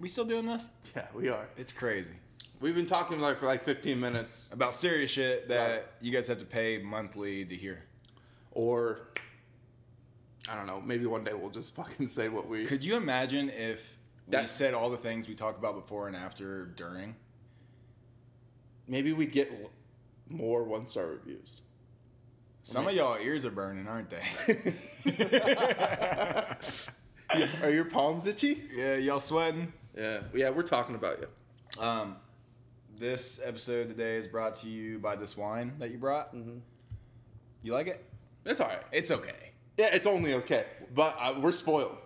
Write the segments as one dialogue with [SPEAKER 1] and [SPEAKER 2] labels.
[SPEAKER 1] We still doing this?
[SPEAKER 2] Yeah, we are.
[SPEAKER 1] It's crazy.
[SPEAKER 2] We've been talking like for like 15 minutes
[SPEAKER 1] About serious shit that
[SPEAKER 2] Right.
[SPEAKER 1] you guys have to pay monthly to hear.
[SPEAKER 2] or I don't know, maybe one day we'll just fucking say what we
[SPEAKER 1] Could you imagine if we
[SPEAKER 2] That-
[SPEAKER 1] said all the things we talked about before and after during?
[SPEAKER 2] maybe we'd get l- more one star reviews.
[SPEAKER 1] Some of y'all ears are burning, aren't they?
[SPEAKER 2] Yeah, Are your palms itchy?
[SPEAKER 1] yeah, y'all sweating.
[SPEAKER 2] Yeah, yeah, we're talking about you.
[SPEAKER 1] Um, this episode today is brought to you by this wine that you brought. Mm-hmm. You like it?
[SPEAKER 2] It's all right.
[SPEAKER 1] It's okay.
[SPEAKER 2] Yeah, it's only okay, but uh, we're spoiled.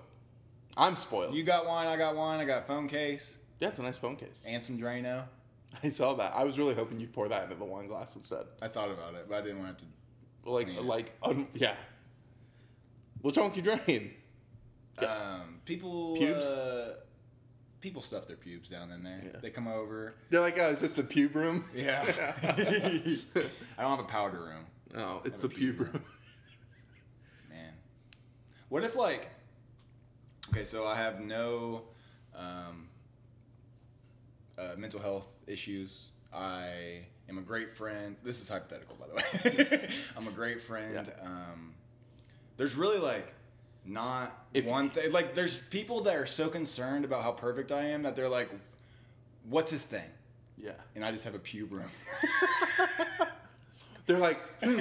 [SPEAKER 2] I'm spoiled.
[SPEAKER 1] You got wine. I got wine. I got a phone case
[SPEAKER 2] yeah, it's a nice phone case.
[SPEAKER 1] and some Drano.
[SPEAKER 2] I saw that. I was really hoping you'd pour that into the wine glass instead.
[SPEAKER 1] I thought about it, but I didn't want to.
[SPEAKER 2] Like,
[SPEAKER 1] Yeah.
[SPEAKER 2] like, un- yeah. What's wrong with your drain?
[SPEAKER 1] Um, people
[SPEAKER 2] Pubes?
[SPEAKER 1] Uh, people stuff their pubes down in there.
[SPEAKER 2] Yeah.
[SPEAKER 1] They come over.
[SPEAKER 2] They're like, oh, is this the pube room?
[SPEAKER 1] Yeah. Oh, I don't have a powder room,
[SPEAKER 2] No, it's
[SPEAKER 1] Or
[SPEAKER 2] the pube
[SPEAKER 1] pube
[SPEAKER 2] room.
[SPEAKER 1] man. What if like? Okay, so I have no um, uh, mental health issues. I am a great friend. This is hypothetical, by the way. I'm a great friend. Um, there's really like not
[SPEAKER 2] If-
[SPEAKER 1] one thing. Like there's people that are so concerned about how perfect I am that they're like, "What's his thing?"
[SPEAKER 2] Yeah.
[SPEAKER 1] And I just have a pube room.
[SPEAKER 2] They're like, hmm.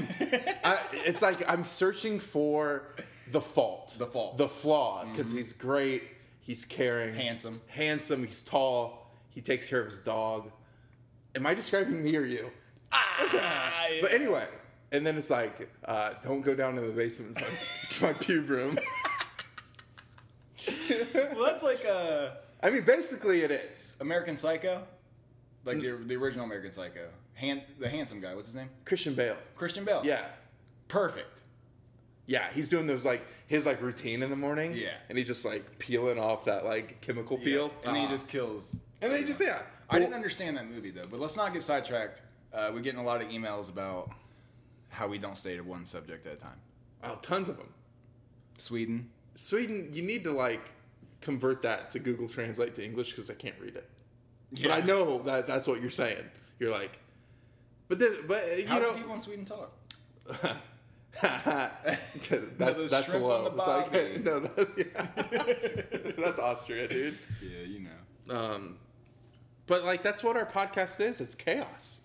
[SPEAKER 2] I, it's like I'm searching for the fault,
[SPEAKER 1] The fault. Mm-hmm.
[SPEAKER 2] the flaw, because he's great, he's caring,
[SPEAKER 1] Handsome.
[SPEAKER 2] handsome, he's tall, he takes care of his dog. Am I describing me or you? But anyway, and then it's like, uh, don't go down to the basement. It's my, it's my pube room.
[SPEAKER 1] well, that's like uh,
[SPEAKER 2] I mean, basically, it is
[SPEAKER 1] American Psycho, like the, the original American Psycho, Han, the handsome guy. What's his name?
[SPEAKER 2] Christian Bale.
[SPEAKER 1] Christian Bale.
[SPEAKER 2] Yeah,
[SPEAKER 1] perfect.
[SPEAKER 2] yeah, he's doing those like his like routine in the morning.
[SPEAKER 1] Yeah.
[SPEAKER 2] and he's just like peeling off that like chemical peel,
[SPEAKER 1] and then
[SPEAKER 2] Ah.
[SPEAKER 1] he just kills.
[SPEAKER 2] and then he just yeah.
[SPEAKER 1] I didn't
[SPEAKER 2] Well,
[SPEAKER 1] understand that movie though, but let's not get sidetracked. Uh, we're getting a lot of emails about how we don't stay to one subject at a time.
[SPEAKER 2] Oh, tons of them.
[SPEAKER 1] Sweden.
[SPEAKER 2] Sweden, you need to like convert that to Google Translate to English because I can't read it.
[SPEAKER 1] Yeah.
[SPEAKER 2] But I know that that's what you're saying. You're like, but this, but uh, you
[SPEAKER 1] How do
[SPEAKER 2] know,
[SPEAKER 1] people in Sweden talk?
[SPEAKER 2] that's
[SPEAKER 1] the
[SPEAKER 2] that's
[SPEAKER 1] shrimp on
[SPEAKER 2] low.
[SPEAKER 1] the
[SPEAKER 2] It's like-
[SPEAKER 1] barbie.
[SPEAKER 2] no, that, yeah. that's Austria, dude.
[SPEAKER 1] Yeah, you know.
[SPEAKER 2] Um, but like that's what our podcast is. It's chaos.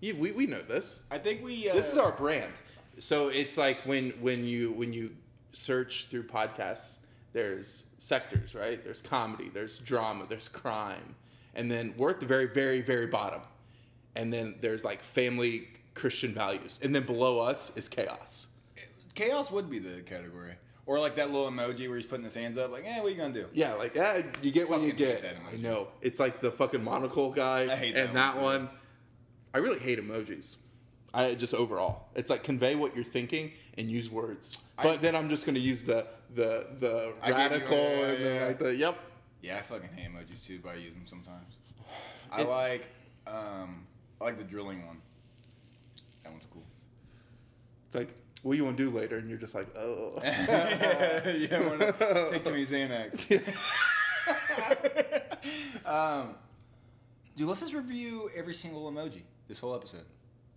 [SPEAKER 2] You, we we know this.
[SPEAKER 1] I think we. Uh,
[SPEAKER 2] This is our brand. So it's like when when you when you search through podcasts, there's sectors, right? There's comedy, there's drama, there's crime, and then we're at the very very very bottom, and then there's like family Christian values, and then below us is chaos.
[SPEAKER 1] chaos would be the category, or like that little emoji where he's putting his hands up, like, "Eh, what you gonna do?"
[SPEAKER 2] Yeah, like eh, you get what you
[SPEAKER 1] Fucking hate
[SPEAKER 2] get.
[SPEAKER 1] that emoji.
[SPEAKER 2] I know it's like the fucking monocle guy
[SPEAKER 1] I hate that
[SPEAKER 2] and that
[SPEAKER 1] one,
[SPEAKER 2] one. I really hate emojis. I just overall, it's like convey what you're thinking and use words. But then I'm just gonna use the the the
[SPEAKER 1] I get you,
[SPEAKER 2] radical
[SPEAKER 1] yeah,
[SPEAKER 2] and then
[SPEAKER 1] yeah.
[SPEAKER 2] like the yep.
[SPEAKER 1] Yeah, I fucking hate emojis too, but I use them sometimes. I like, um, I like the drilling one. That one's cool.
[SPEAKER 2] It's like what you want to do later, and you're just like oh.
[SPEAKER 1] yeah, yeah, one of the- take too many Xanax. um, dude, let's just review every single emoji this whole episode.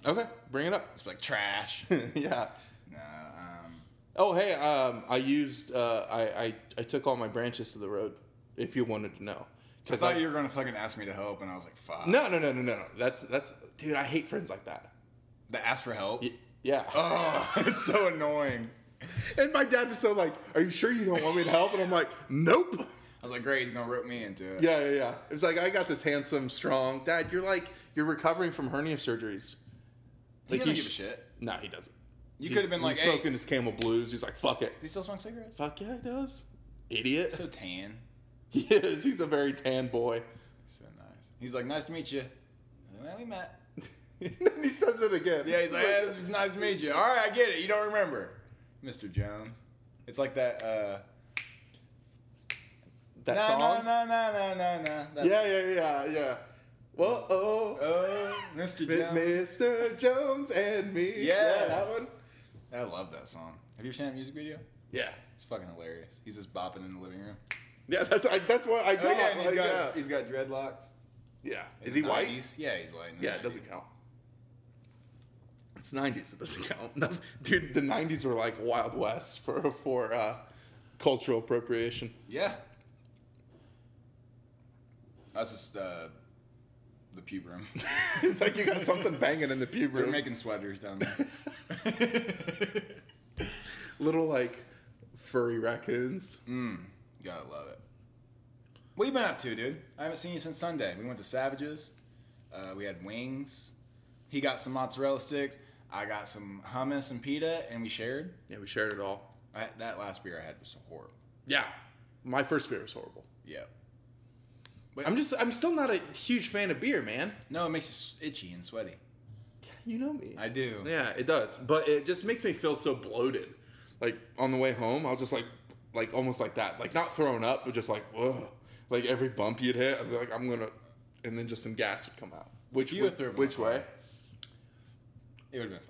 [SPEAKER 2] okay, bring it up.
[SPEAKER 1] It's like trash.
[SPEAKER 2] yeah.
[SPEAKER 1] nah, um,
[SPEAKER 2] Oh hey, um, I used uh, I, I I took all my branches to the road. If you wanted to know,
[SPEAKER 1] I
[SPEAKER 2] I-
[SPEAKER 1] thought you were gonna fucking ask me to help, and I was like, fuck.
[SPEAKER 2] No, no, no, no, no, no. That's that's dude. I hate friends like that.
[SPEAKER 1] The ask for help.
[SPEAKER 2] Y- Yeah.
[SPEAKER 1] Oh, it's so annoying.
[SPEAKER 2] Uh, And my dad was so like, "Are you sure you don't want me to help?" And I'm like, "Nope."
[SPEAKER 1] I was like, great, he's gonna rope me into it.
[SPEAKER 2] Yeah, yeah, yeah. It was like I got this handsome, strong dad. You're like you're recovering from hernia surgeries.
[SPEAKER 1] he doesn't
[SPEAKER 2] you
[SPEAKER 1] give a
[SPEAKER 2] sh-
[SPEAKER 1] shit.
[SPEAKER 2] Nah, he doesn't.
[SPEAKER 1] You
[SPEAKER 2] He's-
[SPEAKER 1] could have been like,
[SPEAKER 2] he's
[SPEAKER 1] hey,
[SPEAKER 2] smoking his Camel Blues. He's like, "Fuck it."
[SPEAKER 1] does he still smoke cigarettes?
[SPEAKER 2] Fuck yeah, he does. Idiot.
[SPEAKER 1] So tan.
[SPEAKER 2] he is. He's a very tan boy.
[SPEAKER 1] So nice. He's like, nice to meet you. And then we met.
[SPEAKER 2] and then he says it again.
[SPEAKER 1] Yeah, he's like, "Yeah, it's nice to meet you. All right, I get it. You don't remember, Mr. Jones. It's like that. uh
[SPEAKER 2] that
[SPEAKER 1] na,
[SPEAKER 2] song.
[SPEAKER 1] Na na na na na na.
[SPEAKER 2] Yeah, yeah, yeah, yeah. Whoa, oh.
[SPEAKER 1] Oh, Mr.
[SPEAKER 2] Mi-
[SPEAKER 1] Jones.
[SPEAKER 2] Mr. Jones and me.
[SPEAKER 1] Yeah.
[SPEAKER 2] that one.
[SPEAKER 1] I love that song. Have you ever seen that music video?
[SPEAKER 2] Yeah.
[SPEAKER 1] It's fucking hilarious. He's just bopping in the living room.
[SPEAKER 2] Yeah, that's I, that's what I got.
[SPEAKER 1] Oh, yeah, and he's
[SPEAKER 2] like,
[SPEAKER 1] got,
[SPEAKER 2] yeah.
[SPEAKER 1] he's got dreadlocks.
[SPEAKER 2] yeah.
[SPEAKER 1] in
[SPEAKER 2] Is
[SPEAKER 1] the
[SPEAKER 2] he white?
[SPEAKER 1] 90s. Yeah, he's white. in the
[SPEAKER 2] Yeah, it
[SPEAKER 1] 90s.
[SPEAKER 2] doesn't count. It's '90s. It doesn't count, No, dude. The '90s were like Wild West for for uh, cultural appropriation.
[SPEAKER 1] Yeah. That's just uh, the pube room.
[SPEAKER 2] it's like you got something banging in the pube
[SPEAKER 1] We're
[SPEAKER 2] room.
[SPEAKER 1] making sweaters down there.
[SPEAKER 2] Little like furry raccoons.
[SPEAKER 1] Gotta love it. What you been up to, dude? I haven't seen you since Sunday. We went to Savages. Uh, we had wings. He got some mozzarella sticks. I got some hummus and pita, and we shared.
[SPEAKER 2] Yeah, we shared it all.
[SPEAKER 1] I, that last beer I had was horrible.
[SPEAKER 2] Yeah, my first beer was horrible.
[SPEAKER 1] Yeah.
[SPEAKER 2] I'm just I'm still not a huge fan of beer, man.
[SPEAKER 1] No, it makes you s- itchy and sweaty.
[SPEAKER 2] You know me.
[SPEAKER 1] I do.
[SPEAKER 2] Yeah, it does. But it just makes me feel so bloated. Like on the way home, I was just like, like almost like that. Like not thrown up, but just like, ugh. Like every bump you'd hit, I'd be like, I'm gonna, and then just some gas would come out. Which
[SPEAKER 1] You
[SPEAKER 2] would,
[SPEAKER 1] would throw up
[SPEAKER 2] which
[SPEAKER 1] on
[SPEAKER 2] way?
[SPEAKER 1] It would have been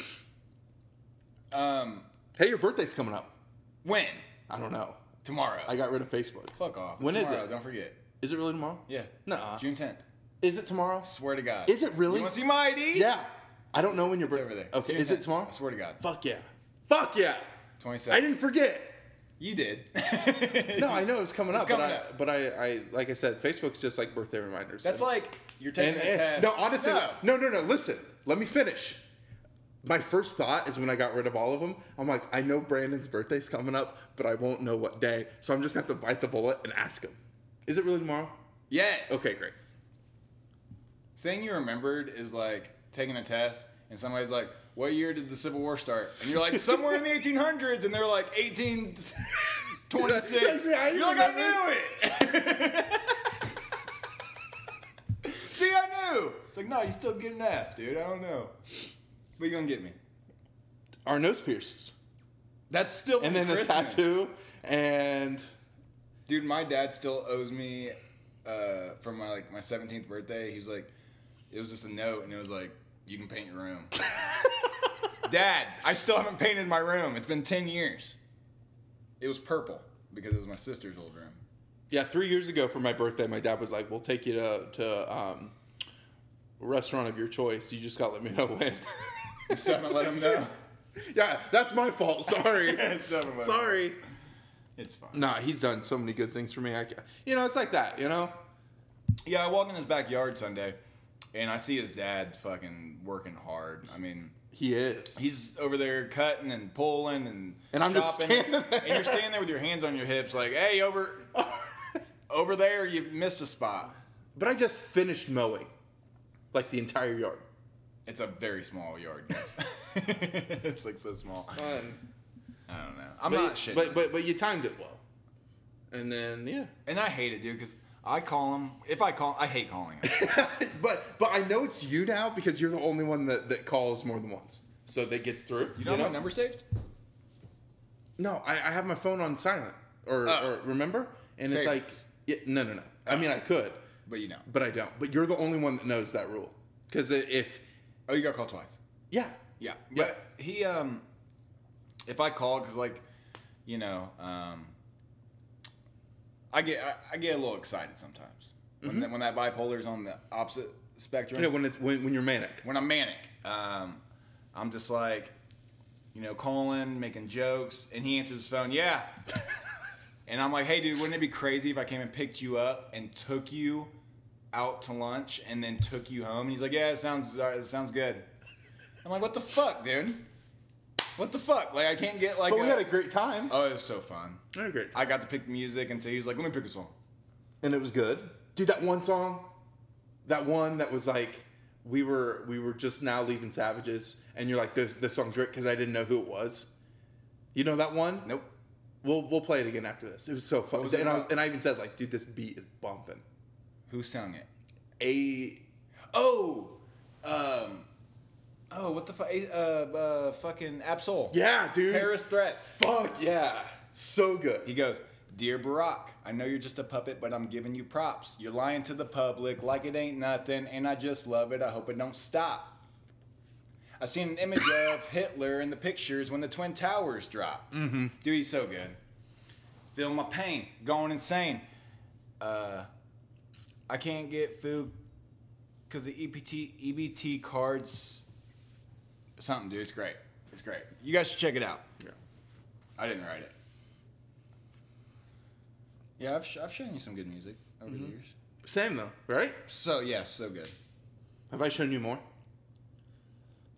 [SPEAKER 1] fine. um,
[SPEAKER 2] Hey, your birthday's coming up.
[SPEAKER 1] when?
[SPEAKER 2] I don't know.
[SPEAKER 1] Tomorrow.
[SPEAKER 2] I got rid of Facebook.
[SPEAKER 1] Fuck off.
[SPEAKER 2] When is
[SPEAKER 1] tomorrow,
[SPEAKER 2] it?
[SPEAKER 1] Don't forget.
[SPEAKER 2] Is it really tomorrow?
[SPEAKER 1] Yeah.
[SPEAKER 2] Nuh-uh.
[SPEAKER 1] June 10th.
[SPEAKER 2] Is it tomorrow?
[SPEAKER 1] Swear to God.
[SPEAKER 2] Is it really?
[SPEAKER 1] You want to see my ID?
[SPEAKER 2] Yeah. I don't know when your
[SPEAKER 1] It's
[SPEAKER 2] birthday.
[SPEAKER 1] over there. It's
[SPEAKER 2] Okay.
[SPEAKER 1] June
[SPEAKER 2] Is it
[SPEAKER 1] 10th.
[SPEAKER 2] tomorrow?
[SPEAKER 1] I swear to God.
[SPEAKER 2] Fuck yeah. Fuck yeah.
[SPEAKER 1] 27.
[SPEAKER 2] I didn't forget.
[SPEAKER 1] You did.
[SPEAKER 2] No, I know it's coming
[SPEAKER 1] It's
[SPEAKER 2] up,
[SPEAKER 1] coming
[SPEAKER 2] but
[SPEAKER 1] up.
[SPEAKER 2] I, but I, I, like I said, Facebook's just like birthday reminders.
[SPEAKER 1] That's
[SPEAKER 2] And-
[SPEAKER 1] like you're taking
[SPEAKER 2] and,
[SPEAKER 1] a
[SPEAKER 2] and-
[SPEAKER 1] test.
[SPEAKER 2] no, honestly,
[SPEAKER 1] No.
[SPEAKER 2] no. no, no, Listen, let me finish. My first thought is when I got rid of all of them, I'm like, I know Brandon's birthday's coming up, but I won't know what day, so I'm just gonna have to bite the bullet and ask him. Is it really tomorrow?
[SPEAKER 1] Yeah.
[SPEAKER 2] Okay, great.
[SPEAKER 1] Saying you remembered is like taking a test and somebody's like, "What year did the Civil War start?" And you're like, "Somewhere in the 1800s," and they're like,
[SPEAKER 2] Yeah,
[SPEAKER 1] 1826.
[SPEAKER 2] see, I
[SPEAKER 1] you're like, "I
[SPEAKER 2] remembered.
[SPEAKER 1] knew it." See, I knew. It's like, no, you still get an F, dude. I don't know, but you're gonna get me.
[SPEAKER 2] Our nose pierced,
[SPEAKER 1] That's still
[SPEAKER 2] and then
[SPEAKER 1] Christmas.
[SPEAKER 2] a tattoo, and
[SPEAKER 1] Dude, my dad still owes me uh, from my like my seventeenth birthday. He was like, it was just a note, and it was like, you can paint your room. dad, I still haven't painted my room. It's been ten years. It was purple because it was my sister's old room.
[SPEAKER 2] yeah, three years ago for my birthday, my dad was like, "We'll take you to to um, a restaurant of your choice. You just gotta let me know when."
[SPEAKER 1] Just haven't let him know.
[SPEAKER 2] yeah, that's my fault. Sorry.
[SPEAKER 1] Just haven't let him know.
[SPEAKER 2] Sorry.
[SPEAKER 1] It's fine.
[SPEAKER 2] Nah, he's done so many good things for me. I, ca- you know, it's like that. You know,
[SPEAKER 1] Yeah, I walk in his backyard Sunday, and I see his dad fucking working hard. I mean,
[SPEAKER 2] he is.
[SPEAKER 1] he's over there cutting and pulling and
[SPEAKER 2] And I'm just standing there.
[SPEAKER 1] and you're standing there with your hands on your hips, like, hey, over, over there, you missed a spot.
[SPEAKER 2] but I just finished mowing, like the entire yard.
[SPEAKER 1] It's a very small yard, guys. it's like so small. I don't know. I'm
[SPEAKER 2] but,
[SPEAKER 1] not shit.
[SPEAKER 2] but but but you timed it well. And then yeah,
[SPEAKER 1] and I hate it, dude, because I call him. If I call, I hate calling him.
[SPEAKER 2] but but I know it's you now because you're the only one that that calls more than once, so that gets through.
[SPEAKER 1] You don't have my number saved?
[SPEAKER 2] No, I, I have my phone on silent or,
[SPEAKER 1] Oh.
[SPEAKER 2] or remember, and it's like
[SPEAKER 1] Favorites.
[SPEAKER 2] yeah, no, no, no. I mean, I could,
[SPEAKER 1] But you know.
[SPEAKER 2] but I don't. But you're the only one that knows that rule because if
[SPEAKER 1] Oh, you got called twice.
[SPEAKER 2] yeah,
[SPEAKER 1] Yeah,
[SPEAKER 2] Yeah.
[SPEAKER 1] but he, um, if I call, cause like, you know, um, I get I, I get a little excited sometimes when that, when that bipolar is on the opposite spectrum.
[SPEAKER 2] you know, when it's when, when you're manic,
[SPEAKER 1] When I'm manic, um, I'm just like, you know, calling, making jokes, and he answers his phone. Yeah, and I'm like, hey, dude, wouldn't it be crazy if I came and picked you up and took you out to lunch and then took you home? And he's like, yeah, it sounds uh, it sounds good. I'm like, what the fuck, dude? What the fuck? Like, I can't get like.
[SPEAKER 2] but we
[SPEAKER 1] a-
[SPEAKER 2] had a great time.
[SPEAKER 1] oh, it was so fun.
[SPEAKER 2] We had a great time,
[SPEAKER 1] I got to pick the music until he was like, let me pick a song.
[SPEAKER 2] and it was good. Dude, that one song, that one that was like we were we were just now leaving Savages, and you're like this this song's great because I didn't know who it was. You know that one?
[SPEAKER 1] Nope.
[SPEAKER 2] We'll we'll play it again after this. It was so fun,
[SPEAKER 1] was it
[SPEAKER 2] and I was
[SPEAKER 1] about?
[SPEAKER 2] and I even said like, dude, this beat is bumping.
[SPEAKER 1] Who sung it?
[SPEAKER 2] A
[SPEAKER 1] Oh, um, oh, what the fuck? Uh, uh, fucking Absol.
[SPEAKER 2] yeah, dude.
[SPEAKER 1] Terrorist threats.
[SPEAKER 2] Fuck yeah. So good.
[SPEAKER 1] He goes, Dear Barack, I know you're just a puppet, but I'm giving you props. You're lying to the public like it ain't nothing, and I just love it. I hope it don't stop. I seen an image of Hitler in the pictures when the Twin Towers dropped. Dude, he's so good. Feel my pain, going insane. Uh, I can't get food E because the EBT EBT cards. Something, dude. It's great. It's great. You guys should check it out.
[SPEAKER 2] Yeah.
[SPEAKER 1] I didn't write it. Yeah, I've, sh- I've shown you some good music over
[SPEAKER 2] Mm-hmm.
[SPEAKER 1] the years.
[SPEAKER 2] Same though, right?
[SPEAKER 1] So yeah, so good.
[SPEAKER 2] Have I shown you more?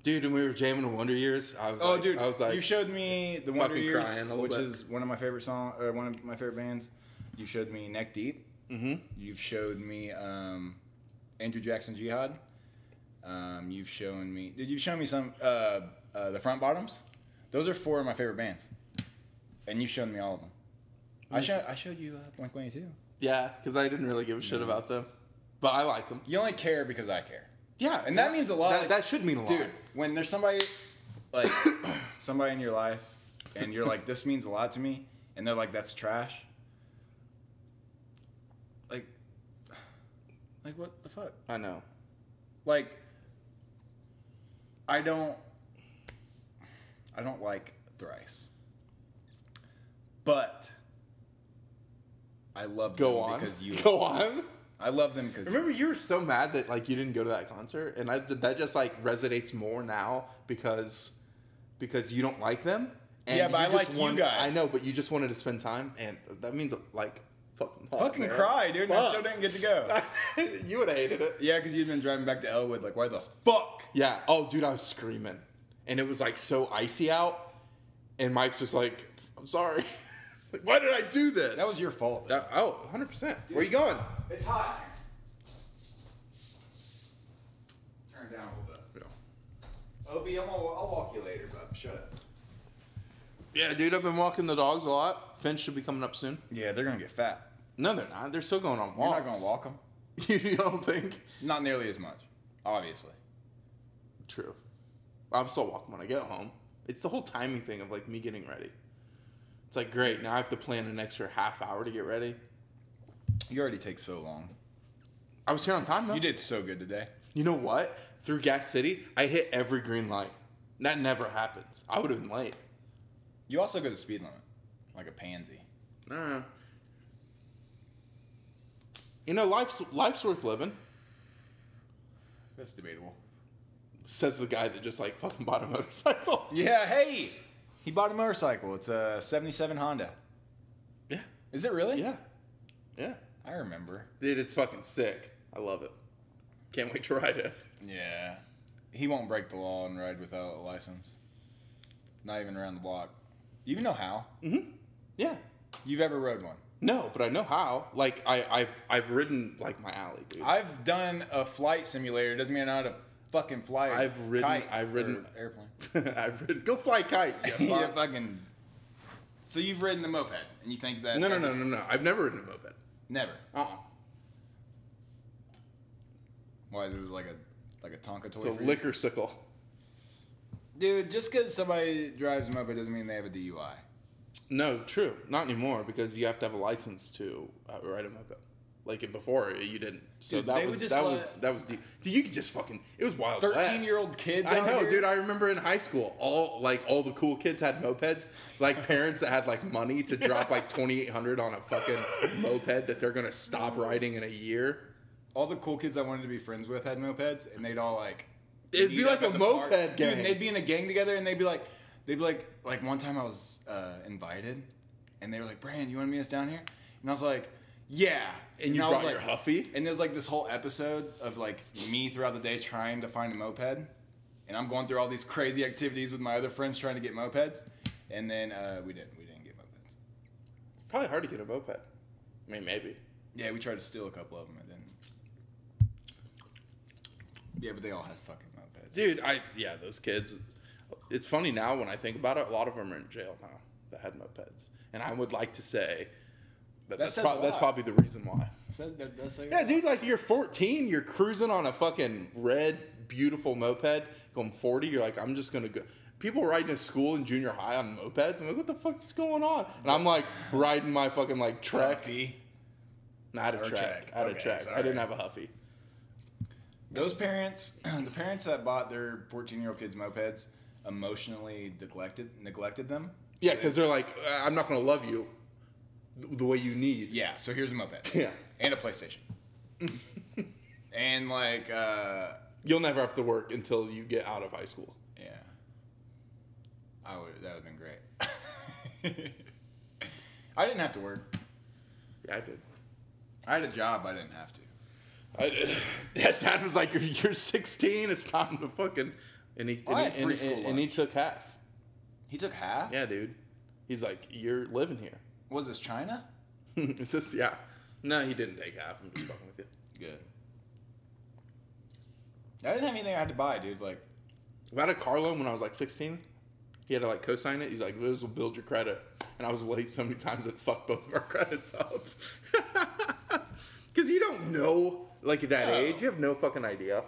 [SPEAKER 2] Dude, when we were jamming in Wonder Years, I was
[SPEAKER 1] Oh,
[SPEAKER 2] like,
[SPEAKER 1] dude,
[SPEAKER 2] I was like,
[SPEAKER 1] you showed me the Wonder
[SPEAKER 2] fucking
[SPEAKER 1] Years,
[SPEAKER 2] crying a little
[SPEAKER 1] which
[SPEAKER 2] bit.
[SPEAKER 1] is one of my favorite song, or one of my favorite bands. You showed me Neck Deep.
[SPEAKER 2] Mhm.
[SPEAKER 1] You've showed me um, Andrew Jackson Jihad. Um, you've shown me. Did you show me some uh, uh, the Front Bottoms? Those are four of my favorite bands, and you've shown me all of them. I showed I showed you uh, Blink One Eighty Two.
[SPEAKER 2] yeah, because I didn't really give a shit
[SPEAKER 1] Mm.
[SPEAKER 2] about them, but I like them.
[SPEAKER 1] You only care because I care.
[SPEAKER 2] Yeah,
[SPEAKER 1] And that means a lot.
[SPEAKER 2] That, that should mean a lot,
[SPEAKER 1] dude when there's somebody like somebody in your life and you're like this means a lot to me and they're like that's trash like like what the fuck
[SPEAKER 2] I know.
[SPEAKER 1] like i don't i don't like thrice but i love
[SPEAKER 2] Go
[SPEAKER 1] them
[SPEAKER 2] on.
[SPEAKER 1] because you
[SPEAKER 2] go on.
[SPEAKER 1] i love them because
[SPEAKER 2] Remember, you were so mad that like you didn't go to that concert, and I, that just like resonates more now because because you don't like them. And
[SPEAKER 1] Yeah, but I
[SPEAKER 2] just
[SPEAKER 1] like you
[SPEAKER 2] wanted-
[SPEAKER 1] guys.
[SPEAKER 2] I know, but you just wanted to spend time, and that means like fucking hard,
[SPEAKER 1] fucking
[SPEAKER 2] man.
[SPEAKER 1] cry dude and i
[SPEAKER 2] Fuck.
[SPEAKER 1] still didn't get to go
[SPEAKER 2] you would have hated it.
[SPEAKER 1] yeah because you've been driving back to elwood like why the fuck
[SPEAKER 2] Yeah. Oh, dude, I was screaming, and it was like so icy out, and Mike's just like, "I'm sorry." It's like, why did I do this?
[SPEAKER 1] That was your fault.
[SPEAKER 2] That- oh, 100 percent. Where you going?
[SPEAKER 1] It's hot. Turn down a little bit. Obi, I'm gonna, I'll walk you later, bub. Shut up.
[SPEAKER 2] Yeah, dude, I've been walking the dogs a lot. Finch should be coming up soon.
[SPEAKER 1] Yeah, they're gonna get fat.
[SPEAKER 2] No, they're not. They're still going on
[SPEAKER 1] You're
[SPEAKER 2] walks.
[SPEAKER 1] not gonna walk them.
[SPEAKER 2] you don't think?
[SPEAKER 1] Not nearly as much, obviously.
[SPEAKER 2] True. I'm still walking when I get home. It's the whole timing thing of like me getting ready. It's like great. Now I have to plan an extra half hour to get ready.
[SPEAKER 1] You already take so long.
[SPEAKER 2] I was here on time though.
[SPEAKER 1] You did so good today.
[SPEAKER 2] You know what? Through Gas City, I hit every green light. That never happens. I would have been late.
[SPEAKER 1] You also go the speed limit, like a pansy.
[SPEAKER 2] Nah. You know, life's life's worth living.
[SPEAKER 1] That's debatable.
[SPEAKER 2] Says the guy that just like fucking bought a motorcycle.
[SPEAKER 1] Yeah. Hey, he bought a motorcycle. It's a '77 Honda.
[SPEAKER 2] Yeah.
[SPEAKER 1] Is it really?
[SPEAKER 2] Yeah. Yeah.
[SPEAKER 1] I remember.
[SPEAKER 2] Dude, it's fucking sick. I love it. Can't wait to ride it.
[SPEAKER 1] Yeah. He won't break the law and ride without a license. Not even around the block. You even know how.
[SPEAKER 2] Yeah.
[SPEAKER 1] You've ever rode one.
[SPEAKER 2] No, but I know how. Like I, I've I've ridden like my alley, dude.
[SPEAKER 1] I've done a flight simulator. Doesn't mean I know how to fucking fly. a
[SPEAKER 2] I've ridden-
[SPEAKER 1] kite
[SPEAKER 2] I've ridden-
[SPEAKER 1] or airplane.
[SPEAKER 2] I've ridden. Go fly a kite. Yeah,
[SPEAKER 1] yeah, fucking. So you've ridden the moped, and you think that
[SPEAKER 2] No, no,
[SPEAKER 1] that
[SPEAKER 2] no,
[SPEAKER 1] just- Uh-uh.
[SPEAKER 2] no, no. I've never ridden a moped.
[SPEAKER 1] never.
[SPEAKER 2] Uh. uh
[SPEAKER 1] Why is it like a like a Tonka toy?
[SPEAKER 2] It's a
[SPEAKER 1] for you?
[SPEAKER 2] liquor sickle.
[SPEAKER 1] Dude, just because somebody drives a moped doesn't mean they have a DUI.
[SPEAKER 2] No, true. Not anymore because you have to have a license to uh, ride a moped. Like it before, you didn't. So
[SPEAKER 1] Dude,
[SPEAKER 2] that
[SPEAKER 1] they
[SPEAKER 2] was,
[SPEAKER 1] would just
[SPEAKER 2] that
[SPEAKER 1] let-
[SPEAKER 2] was that was deep. Dude, you could just fucking. It was wild. West.
[SPEAKER 1] 13-year-old kids
[SPEAKER 2] I
[SPEAKER 1] out
[SPEAKER 2] know,
[SPEAKER 1] here?
[SPEAKER 2] dude. I remember in high school, all like all the cool kids had mopeds. Like parents that had like money to drop like twenty eight hundred on a fucking moped that they're gonna stop riding in a year.
[SPEAKER 1] All the cool kids I wanted to be friends with had mopeds, and they'd all like.
[SPEAKER 2] It'd be
[SPEAKER 1] meet
[SPEAKER 2] like
[SPEAKER 1] up at
[SPEAKER 2] a
[SPEAKER 1] the
[SPEAKER 2] moped
[SPEAKER 1] park. Dude,
[SPEAKER 2] gang.
[SPEAKER 1] and they'd be in a gang together, and they'd be like, they'd be like, like one time I was uh, invited, and they were like, "Brand, you want to meet us down here?" And I was like, "Yeah."
[SPEAKER 2] And you
[SPEAKER 1] I
[SPEAKER 2] brought
[SPEAKER 1] was
[SPEAKER 2] your
[SPEAKER 1] like-
[SPEAKER 2] Huffy?
[SPEAKER 1] And there's like this whole episode of like me throughout the day trying to find a moped, and I'm going through all these crazy activities with my other friends trying to get mopeds, and then uh, we didn't, we didn't get mopeds.
[SPEAKER 2] It's probably hard to get a moped. I mean, maybe.
[SPEAKER 1] Yeah, we tried to steal a couple of them, and then. Yeah, but they all had fucking mopeds.
[SPEAKER 2] dude i yeah those kids it's funny now when i think about it a lot of them are in jail now that had mopeds and i would like to say that that's,
[SPEAKER 1] says
[SPEAKER 2] prob-
[SPEAKER 1] a
[SPEAKER 2] that's
[SPEAKER 1] lot.
[SPEAKER 2] probably the reason why
[SPEAKER 1] Says that does say
[SPEAKER 2] yeah dude like you're 14 you're cruising on a fucking red beautiful moped going 40 you're like i'm just gonna go People riding to school in junior high on mopeds. I'm like, what the fuck is going on? And I'm like riding my fucking like trek.
[SPEAKER 1] Huffy.
[SPEAKER 2] Not a
[SPEAKER 1] Or
[SPEAKER 2] trek.
[SPEAKER 1] Trek.
[SPEAKER 2] Not a
[SPEAKER 1] Okay,
[SPEAKER 2] trek. I
[SPEAKER 1] sorry.
[SPEAKER 2] didn't have a huffy.
[SPEAKER 1] Those parents, the parents that bought their 14 year old kids mopeds, emotionally neglected neglected them.
[SPEAKER 2] Yeah, because they're like, "Uh, I'm not gonna love you the way you need.
[SPEAKER 1] Yeah, so here's a moped.
[SPEAKER 2] Yeah.
[SPEAKER 1] And a PlayStation. and like uh
[SPEAKER 2] You'll never have to work until you get out of high school.
[SPEAKER 1] yeah. I would that would have been great. I didn't have to work.
[SPEAKER 2] Yeah, I did.
[SPEAKER 1] I had a job I didn't have to.
[SPEAKER 2] I did. That, that was like, you're, you're 16. It's time to fucking. And he,
[SPEAKER 1] I
[SPEAKER 2] and,
[SPEAKER 1] had
[SPEAKER 2] he,
[SPEAKER 1] free
[SPEAKER 2] and,
[SPEAKER 1] school
[SPEAKER 2] and- and he
[SPEAKER 1] lunch.
[SPEAKER 2] took half.
[SPEAKER 1] He took half?
[SPEAKER 2] Yeah, dude. He's like, you're living here.
[SPEAKER 1] Was this China?
[SPEAKER 2] it's just, yeah. No, he didn't take half. I'm just fucking with you.
[SPEAKER 1] Good. I didn't have anything I had to buy, dude. Like
[SPEAKER 2] I had a car loan when I was like 16. He had to like co-sign it. He's like, "This will build your credit," and I was late so many times it fucked both of our credits up. Because you don't know, like at that
[SPEAKER 1] No.
[SPEAKER 2] age, you have no fucking idea.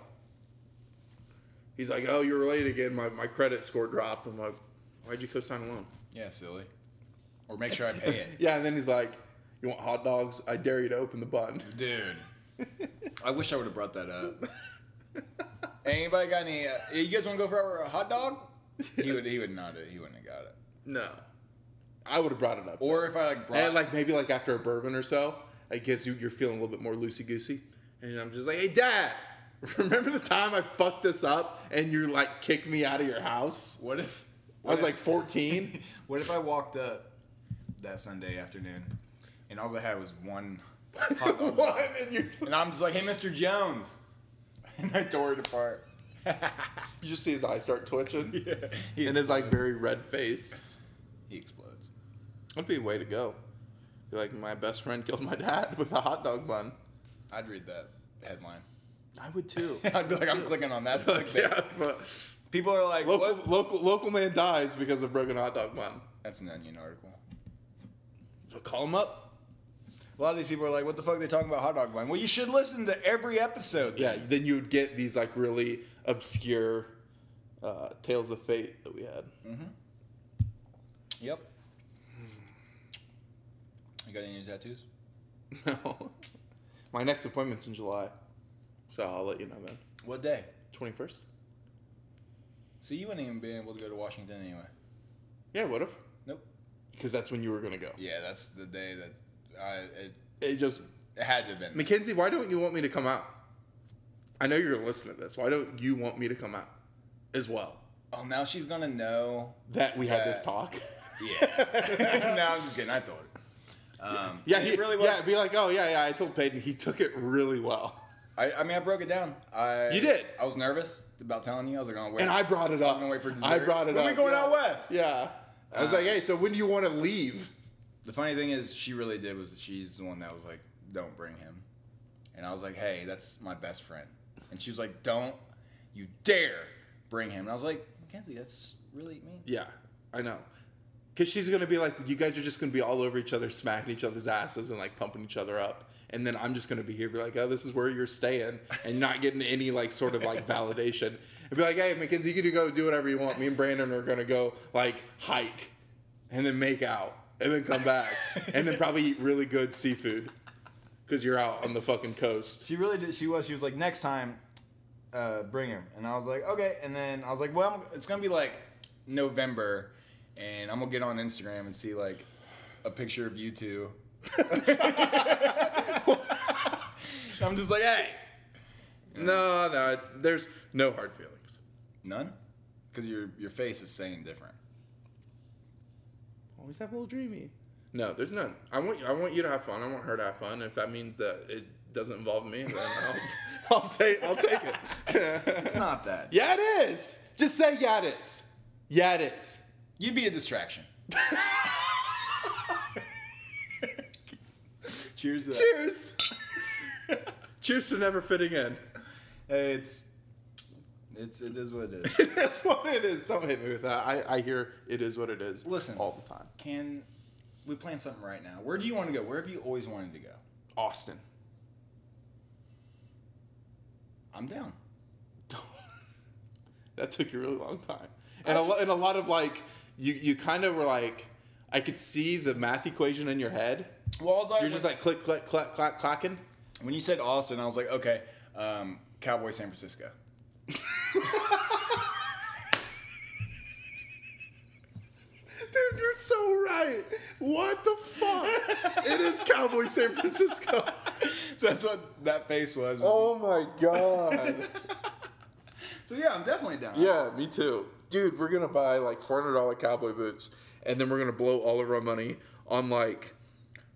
[SPEAKER 2] He's like, "Oh, you're late again. My, my credit score dropped." I'm like, "Why'd you co-sign a loan?"
[SPEAKER 1] Yeah, silly. Or make sure I pay it.
[SPEAKER 2] Yeah, and then he's like, "You want hot dogs? I dare you to open the bun."
[SPEAKER 1] Dude. I wish I would have brought that up. Anybody got any? Uh, you guys want to go for a hot dog? He would. He would not. He wouldn't have got it.
[SPEAKER 2] no, I would have brought it up.
[SPEAKER 1] Or if I like brought,
[SPEAKER 2] And like maybe like after a bourbon or so, I guess you, you're feeling a little bit more loosey goosey, and I'm just like, hey dad, remember the time I fucked this up and you like kicked me out of your house?
[SPEAKER 1] what if?
[SPEAKER 2] I was
[SPEAKER 1] what
[SPEAKER 2] like 14.
[SPEAKER 1] if- what if I walked up that Sunday afternoon, and all I had was one hot dog,
[SPEAKER 2] what? And you,
[SPEAKER 1] and I'm just like, hey, Mr. Jones, and I tore it apart.
[SPEAKER 2] you just see his eyes start twitching
[SPEAKER 1] he,
[SPEAKER 2] and his like very red face.
[SPEAKER 1] he explodes.
[SPEAKER 2] That'd be a way to go. Be like my best friend killed my dad with a hot dog bun.
[SPEAKER 1] I'd read that headline.
[SPEAKER 2] I would too.
[SPEAKER 1] I'd be like, I'm clicking on that.
[SPEAKER 2] Like, yeah, but
[SPEAKER 1] People are like,
[SPEAKER 2] local,
[SPEAKER 1] what?
[SPEAKER 2] local local man dies because of broken hot dog bun.
[SPEAKER 1] That's an Onion article.
[SPEAKER 2] So call him up.
[SPEAKER 1] A lot of these people are like, what the fuck are they talking about hot dog bun? Well, you should listen to every episode.
[SPEAKER 2] yeah, then you would get these like really obscure uh, tales of fate that we had.
[SPEAKER 1] Yep. You got any new tattoos?
[SPEAKER 2] No, my next appointment's in July, so I'll let you know, man.
[SPEAKER 1] What day?
[SPEAKER 2] Twenty first.
[SPEAKER 1] So you wouldn't even be able to go to Washington anyway.
[SPEAKER 2] Yeah, what if?
[SPEAKER 1] Nope.
[SPEAKER 2] Because that's when you were gonna go.
[SPEAKER 1] Yeah, that's the day that I it,
[SPEAKER 2] It just
[SPEAKER 1] it had to have been.
[SPEAKER 2] Mackenzie, why don't you want me to come out? I know you're gonna listen to this. Why don't you want me to come out as well?
[SPEAKER 1] Oh, now she's gonna know.
[SPEAKER 2] That we had this
[SPEAKER 1] Yeah.
[SPEAKER 2] talk.
[SPEAKER 1] Yeah. no, I'm just kidding. I told her. Um,
[SPEAKER 2] Yeah,
[SPEAKER 1] it
[SPEAKER 2] he
[SPEAKER 1] really
[SPEAKER 2] really
[SPEAKER 1] was.
[SPEAKER 2] Yeah, be like, oh yeah, yeah. I told Peyton he took it really well,
[SPEAKER 1] I, I mean, I broke it down. I
[SPEAKER 2] You did.
[SPEAKER 1] I was nervous about telling you. I was like, oh wait.
[SPEAKER 2] and I brought it up.
[SPEAKER 1] gonna wait for
[SPEAKER 2] I
[SPEAKER 1] dessert.
[SPEAKER 2] brought it
[SPEAKER 1] When
[SPEAKER 2] up.
[SPEAKER 1] we going
[SPEAKER 2] yeah.
[SPEAKER 1] out west?
[SPEAKER 2] Yeah. I was like, hey, so when do you want to leave?
[SPEAKER 1] The funny thing is, she really did was she's the one that was like, "Don't bring him," and I was like, "Hey, that's my best friend," and she was like, "Don't you dare bring him," and I was like, "Mackenzie, that's really me."
[SPEAKER 2] Yeah, I know. Because she's going to be like, you guys are just going to be all over each other, smacking each other's asses and like pumping each other up. And then I'm just going to be here, be like, oh, this is where you're staying and not getting any like sort of like validation. And be like, hey, Mackenzie, you can go do whatever you want. Me and Brandon are going to go like hike and then make out and then come back and then probably eat really good seafood because you're out on the fucking coast.
[SPEAKER 1] She really did. She was. She was like, "Next time, uh, bring him," and I was like, "Okay." And then I was like, "Well, I'm- it's gonna be like November, and I'm gonna get on Instagram and see like a picture of you two. And I'm just like, "Hey,
[SPEAKER 2] No, no, it's there's no hard feelings.
[SPEAKER 1] none," because your your face is saying different.
[SPEAKER 2] always have a little dreamy. No, there's none. I want I want you to have fun. I want her to have fun. If that means that it doesn't involve me, then I'll, I'll take I'll take
[SPEAKER 1] It's
[SPEAKER 2] it.
[SPEAKER 1] not that.
[SPEAKER 2] yeah, it is. Just say yeah, it is. Yeah, it is.
[SPEAKER 1] You'd be a distraction. Cheers. To that.
[SPEAKER 2] Cheers. Cheers to never fitting in.
[SPEAKER 1] Hey, it's it's it is what it is.
[SPEAKER 2] That's what it is. Don't hit me with that. I, I hear it is what it is.
[SPEAKER 1] Listen.
[SPEAKER 2] all the time.
[SPEAKER 1] Can we plan something right now? Where do you want to go? Where have you always wanted to go?
[SPEAKER 2] Austin.
[SPEAKER 1] I'm down.
[SPEAKER 2] that took you a really long time. And a, lo- and a lot of like, you, you kind of were like, I could see the math equation in your head.
[SPEAKER 1] Well, I was like,
[SPEAKER 2] You're just like click, click, clack, clack, clacking.
[SPEAKER 1] when you said Austin, I was like, okay, um, Cowboy San Francisco.
[SPEAKER 2] Dude, you're so right. What the fuck? it is Cowboy San Francisco.
[SPEAKER 1] So that's what that face was.
[SPEAKER 2] Oh my god.
[SPEAKER 1] So yeah, I'm definitely down.
[SPEAKER 2] Yeah, me too. Dude, we're gonna buy like four hundred dollar cowboy boots, and then we're gonna blow all of our money on like,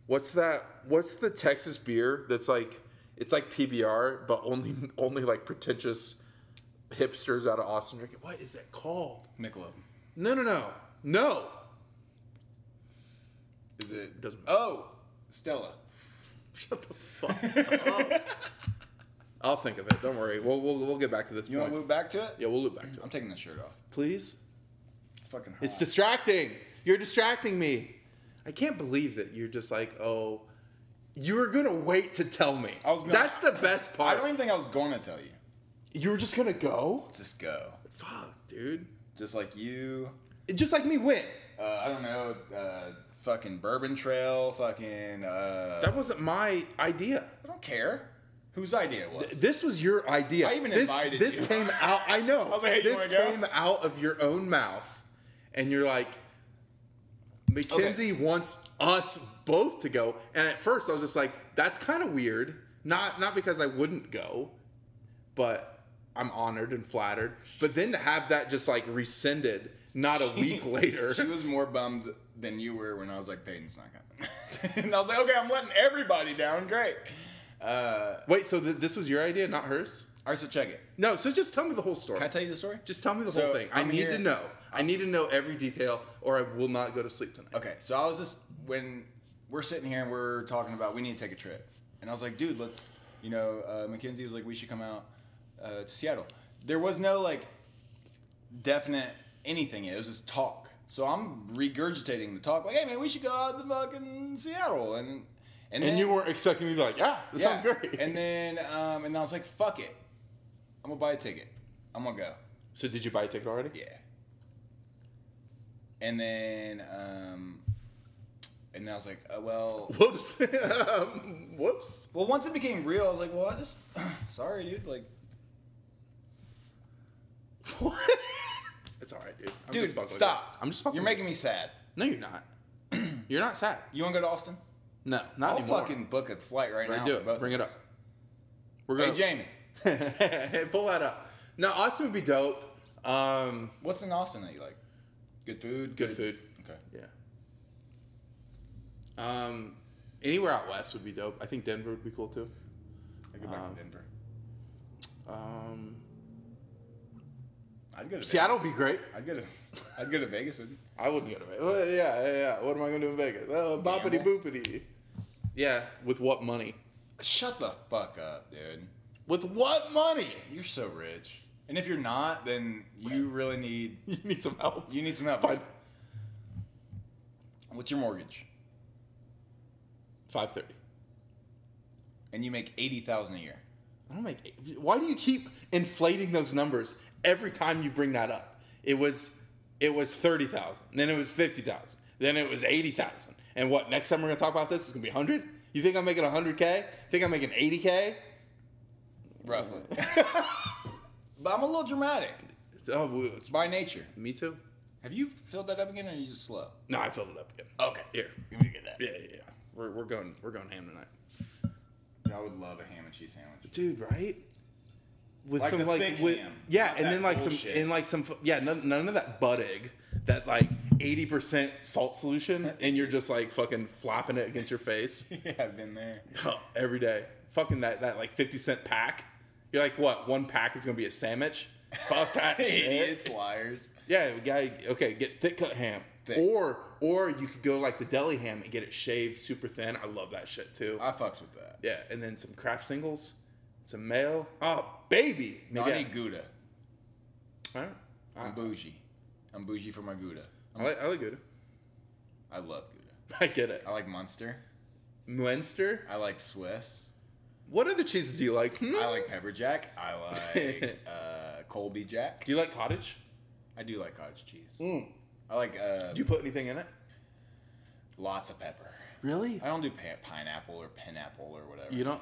[SPEAKER 2] what's that? What's the Texas beer that's like, it's like PBR, but only only like pretentious hipsters out of Austin drink it. What is that called?
[SPEAKER 1] Michelob.
[SPEAKER 2] No, no, no, no.
[SPEAKER 1] Is it?
[SPEAKER 2] Doesn't-
[SPEAKER 1] Oh, Stella.
[SPEAKER 2] Shut the fuck up. I'll think of it. Don't worry. We'll we'll, we'll get back to this
[SPEAKER 1] You want
[SPEAKER 2] point.
[SPEAKER 1] to loop back to it?
[SPEAKER 2] yeah, we'll loop back to it.
[SPEAKER 1] I'm taking this shirt off.
[SPEAKER 2] Please.
[SPEAKER 1] It's fucking hot.
[SPEAKER 2] It's distracting. You're distracting me. I can't believe that you're just like, oh, you were gonna wait to tell me.
[SPEAKER 1] I was gonna-
[SPEAKER 2] That's the best
[SPEAKER 1] I
[SPEAKER 2] part.
[SPEAKER 1] don't even think I was gonna tell you.
[SPEAKER 2] You were just gonna go.
[SPEAKER 1] Just go.
[SPEAKER 2] Fuck, dude.
[SPEAKER 1] Just like you.
[SPEAKER 2] It just like me went.
[SPEAKER 1] Uh, I don't know. Uh, fucking Bourbon Trail. Fucking. Uh,
[SPEAKER 2] That wasn't my idea.
[SPEAKER 1] I don't care whose idea it was.
[SPEAKER 2] This was your idea.
[SPEAKER 1] I even
[SPEAKER 2] this,
[SPEAKER 1] invited
[SPEAKER 2] This
[SPEAKER 1] you.
[SPEAKER 2] came out. I know.
[SPEAKER 1] was like, hey, you
[SPEAKER 2] this
[SPEAKER 1] wanna go?
[SPEAKER 2] came out of your own mouth, and you're like, Mackenzie wants us both to go. And at first, I was just like, that's kind of weird. Not not because I wouldn't go, but I'm honored and flattered. But then to have that just like rescinded not a week later.
[SPEAKER 1] she was more bummed than you were when I was like, Peyton's not coming. and I was like, okay, I'm letting everybody down. Great. Uh,
[SPEAKER 2] Wait, so th- this was your idea, not hers?
[SPEAKER 1] all right, so check it.
[SPEAKER 2] No. So just tell me the whole story.
[SPEAKER 1] Can I tell you the story?
[SPEAKER 2] Just tell me the
[SPEAKER 1] So,
[SPEAKER 2] whole thing. i
[SPEAKER 1] I'm
[SPEAKER 2] need
[SPEAKER 1] here-
[SPEAKER 2] to know. I need to know every detail, or I will not go to sleep tonight.
[SPEAKER 1] Okay, so I was just when we're sitting here and we're talking about we need to take a trip, and I was like, dude, let's, you know, uh, Mackenzie was like, we should come out uh, to Seattle. There was no like definite anything. It was just talk. So I'm regurgitating the talk, like, hey man, we should go out to fucking Seattle, and and,
[SPEAKER 2] And
[SPEAKER 1] then-
[SPEAKER 2] you weren't expecting me to be like, yeah, that
[SPEAKER 1] yeah.
[SPEAKER 2] sounds great.
[SPEAKER 1] And then um, and I was like, fuck it, I'm gonna buy a ticket. I'm gonna go.
[SPEAKER 2] so did you buy a ticket already?
[SPEAKER 1] Yeah. And then, um, and then I was like, uh, well,
[SPEAKER 2] Whoops. um, whoops.
[SPEAKER 1] well, once it became real, I was like, well, I just, sorry, dude. Like,
[SPEAKER 2] What? it's all right, dude. I'm
[SPEAKER 1] dude,
[SPEAKER 2] just fucking with
[SPEAKER 1] stop.
[SPEAKER 2] you. I'm just fucking.
[SPEAKER 1] You're
[SPEAKER 2] with
[SPEAKER 1] making me sad.
[SPEAKER 2] you. No, you're not. you're not sad.
[SPEAKER 1] You want to go to Austin?
[SPEAKER 2] No, not
[SPEAKER 1] I'll
[SPEAKER 2] anymore.
[SPEAKER 1] fucking book a flight right
[SPEAKER 2] All
[SPEAKER 1] now.
[SPEAKER 2] right, do
[SPEAKER 1] for both
[SPEAKER 2] it.
[SPEAKER 1] of
[SPEAKER 2] Bring it up.
[SPEAKER 1] us.
[SPEAKER 2] We're
[SPEAKER 1] Hey,
[SPEAKER 2] going.
[SPEAKER 1] Jamie,
[SPEAKER 2] Jamie. Pull that up. No, Austin would be dope. Um,
[SPEAKER 1] what's in Austin that you like? Good food.
[SPEAKER 2] good food.
[SPEAKER 1] Okay.
[SPEAKER 2] Yeah. Um, anywhere out west would be dope. I think Denver would be cool too.
[SPEAKER 1] I go back
[SPEAKER 2] Um,
[SPEAKER 1] to Denver.
[SPEAKER 2] Um,
[SPEAKER 1] I'd go to
[SPEAKER 2] Seattle would be great.
[SPEAKER 1] Vegas. I'd go to, I'd go to Vegas with you.
[SPEAKER 2] I wouldn't go to Vegas. Well, yeah, yeah, yeah. What am I going to do in Vegas? Oh, boppity
[SPEAKER 1] Gamble.
[SPEAKER 2] boopity. Yeah. With what money?
[SPEAKER 1] Shut the fuck up, dude.
[SPEAKER 2] With what money?
[SPEAKER 1] You're so rich. And if you're not, then you really need
[SPEAKER 2] You need some help.
[SPEAKER 1] You need some help.
[SPEAKER 2] Fine.
[SPEAKER 1] What's your mortgage?
[SPEAKER 2] Five thirty.
[SPEAKER 1] And you make eighty thousand a year.
[SPEAKER 2] I don't make. Why do you keep inflating those numbers every time you bring that up? It was it was thirty thousand, then it was fifty thousand, then it was eighty thousand, and what? Next time we're gonna talk about this is gonna be hundred. You think I'm making hundred k? Think I'm making eighty k?
[SPEAKER 1] Roughly. but I'm a little dramatic
[SPEAKER 2] Oh, we- it's-
[SPEAKER 1] by nature.
[SPEAKER 2] me too.
[SPEAKER 1] Have you filled that up again or are you just slow?
[SPEAKER 2] No, I filled it up again.
[SPEAKER 1] Okay.
[SPEAKER 2] Here,
[SPEAKER 1] Give me that.
[SPEAKER 2] yeah, yeah, yeah. We're, we're going we're going ham tonight,
[SPEAKER 1] I would love a ham and cheese sandwich.
[SPEAKER 2] dude. Right? With
[SPEAKER 1] Like
[SPEAKER 2] some
[SPEAKER 1] the
[SPEAKER 2] like
[SPEAKER 1] thick
[SPEAKER 2] with
[SPEAKER 1] ham,
[SPEAKER 2] yeah,
[SPEAKER 1] not
[SPEAKER 2] and
[SPEAKER 1] that
[SPEAKER 2] then like
[SPEAKER 1] bullshit.
[SPEAKER 2] some and like some yeah, none, none of that butt egg that like eighty percent salt solution, and you're just like fucking flopping it against your face Oh,
[SPEAKER 1] yeah, I've been there.
[SPEAKER 2] every day. Fucking that that like fifty cent pack. You're like, what? One pack is gonna be a sandwich? Fuck that shit.
[SPEAKER 1] Idiots, liars.
[SPEAKER 2] Yeah, we got okay. Get thick cut ham,
[SPEAKER 1] Thick.
[SPEAKER 2] or or you could go like the deli ham and get it shaved super thin. I love that shit too.
[SPEAKER 1] I fucks with that.
[SPEAKER 2] Yeah, and then some craft singles, some mail. Oh, baby.
[SPEAKER 1] No, I
[SPEAKER 2] Maybe I-
[SPEAKER 1] need Gouda.
[SPEAKER 2] All right. I,
[SPEAKER 1] I'm bougie. I'm bougie for my Gouda.
[SPEAKER 2] I
[SPEAKER 1] I'm-
[SPEAKER 2] like, I like good.
[SPEAKER 1] I love Gouda.
[SPEAKER 2] I get it.
[SPEAKER 1] I like Munster.
[SPEAKER 2] Munster.
[SPEAKER 1] I like Swiss.
[SPEAKER 2] What other cheeses do you like? Hmm?
[SPEAKER 1] I like Pepper Jack. I like uh, Colby Jack.
[SPEAKER 2] Do you like cottage?
[SPEAKER 1] I do like cottage cheese.
[SPEAKER 2] Mm.
[SPEAKER 1] I like uh,
[SPEAKER 2] Do you put anything in it?
[SPEAKER 1] lots of pepper.
[SPEAKER 2] Really?
[SPEAKER 1] I don't do pa- pineapple or pineapple or whatever.
[SPEAKER 2] You don't.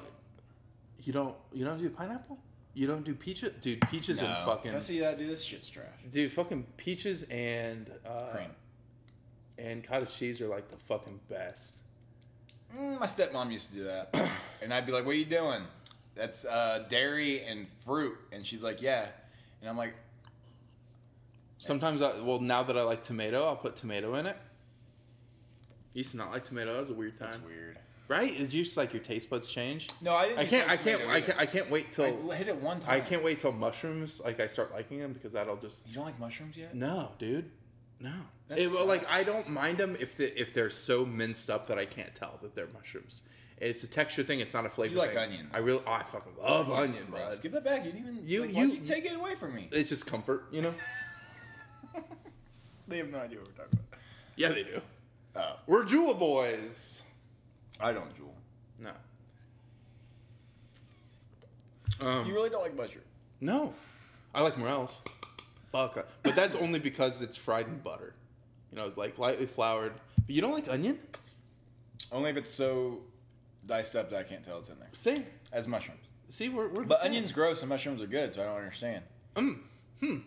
[SPEAKER 2] You don't. You don't do pineapple. You don't do peaches, dude. Peaches
[SPEAKER 1] No.
[SPEAKER 2] and
[SPEAKER 1] Can I
[SPEAKER 2] fucking
[SPEAKER 1] see that, dude? This shit's trash.
[SPEAKER 2] dude. Fucking peaches and uh,
[SPEAKER 1] Cream.
[SPEAKER 2] and cottage cheese are like the fucking best.
[SPEAKER 1] Mm, my stepmom used to do that, and I'd be like, "What are you doing?" That's uh, dairy and fruit, and she's like, "Yeah," and I'm like,
[SPEAKER 2] Sometimes I well now that I like tomato, I'll put tomato in it. Used to not like tomato. That was a weird time,
[SPEAKER 1] "That's weird."
[SPEAKER 2] right? Did you just like your taste buds change?
[SPEAKER 1] No, I didn't.
[SPEAKER 2] I
[SPEAKER 1] use
[SPEAKER 2] can't. I
[SPEAKER 1] salt
[SPEAKER 2] can't.
[SPEAKER 1] tomato
[SPEAKER 2] I
[SPEAKER 1] either.
[SPEAKER 2] can't. I can't wait till.
[SPEAKER 1] I hit it one time.
[SPEAKER 2] I can't wait till mushrooms like I start liking them because that'll just
[SPEAKER 1] You don't like mushrooms yet?
[SPEAKER 2] no, dude, no.
[SPEAKER 1] That
[SPEAKER 2] It- well, like
[SPEAKER 1] sucks.
[SPEAKER 2] I don't mind them if the, if they're so minced up that I can't tell that they're mushrooms. It's a texture thing. It's not a flavor.
[SPEAKER 1] like
[SPEAKER 2] thing.
[SPEAKER 1] onion.
[SPEAKER 2] I really. Oh, I fucking love
[SPEAKER 1] Onions,
[SPEAKER 2] onion,
[SPEAKER 1] gross.
[SPEAKER 2] bud.
[SPEAKER 1] Give that back. You didn't even.
[SPEAKER 2] You-
[SPEAKER 1] like, why'd
[SPEAKER 2] you-
[SPEAKER 1] you take it away from me.
[SPEAKER 2] It's just comfort, you know.
[SPEAKER 1] They have no idea what we're talking
[SPEAKER 2] yeah, they do.
[SPEAKER 1] about.
[SPEAKER 2] We're Jewel boys.
[SPEAKER 1] Oh, I don't jewel.
[SPEAKER 2] No. Um,
[SPEAKER 1] You really don't like mushroom.
[SPEAKER 2] no, I like morels. Fuck, I- but that's only because it's fried in butter. You know, like lightly floured. But you don't like onion?
[SPEAKER 1] Only if it's so diced up that I can't tell it's in there.
[SPEAKER 2] See,
[SPEAKER 1] As mushrooms.
[SPEAKER 2] see, we're, we're the
[SPEAKER 1] But
[SPEAKER 2] same.
[SPEAKER 1] onions gross and mushrooms are good, so I don't understand.
[SPEAKER 2] Mm, hmm.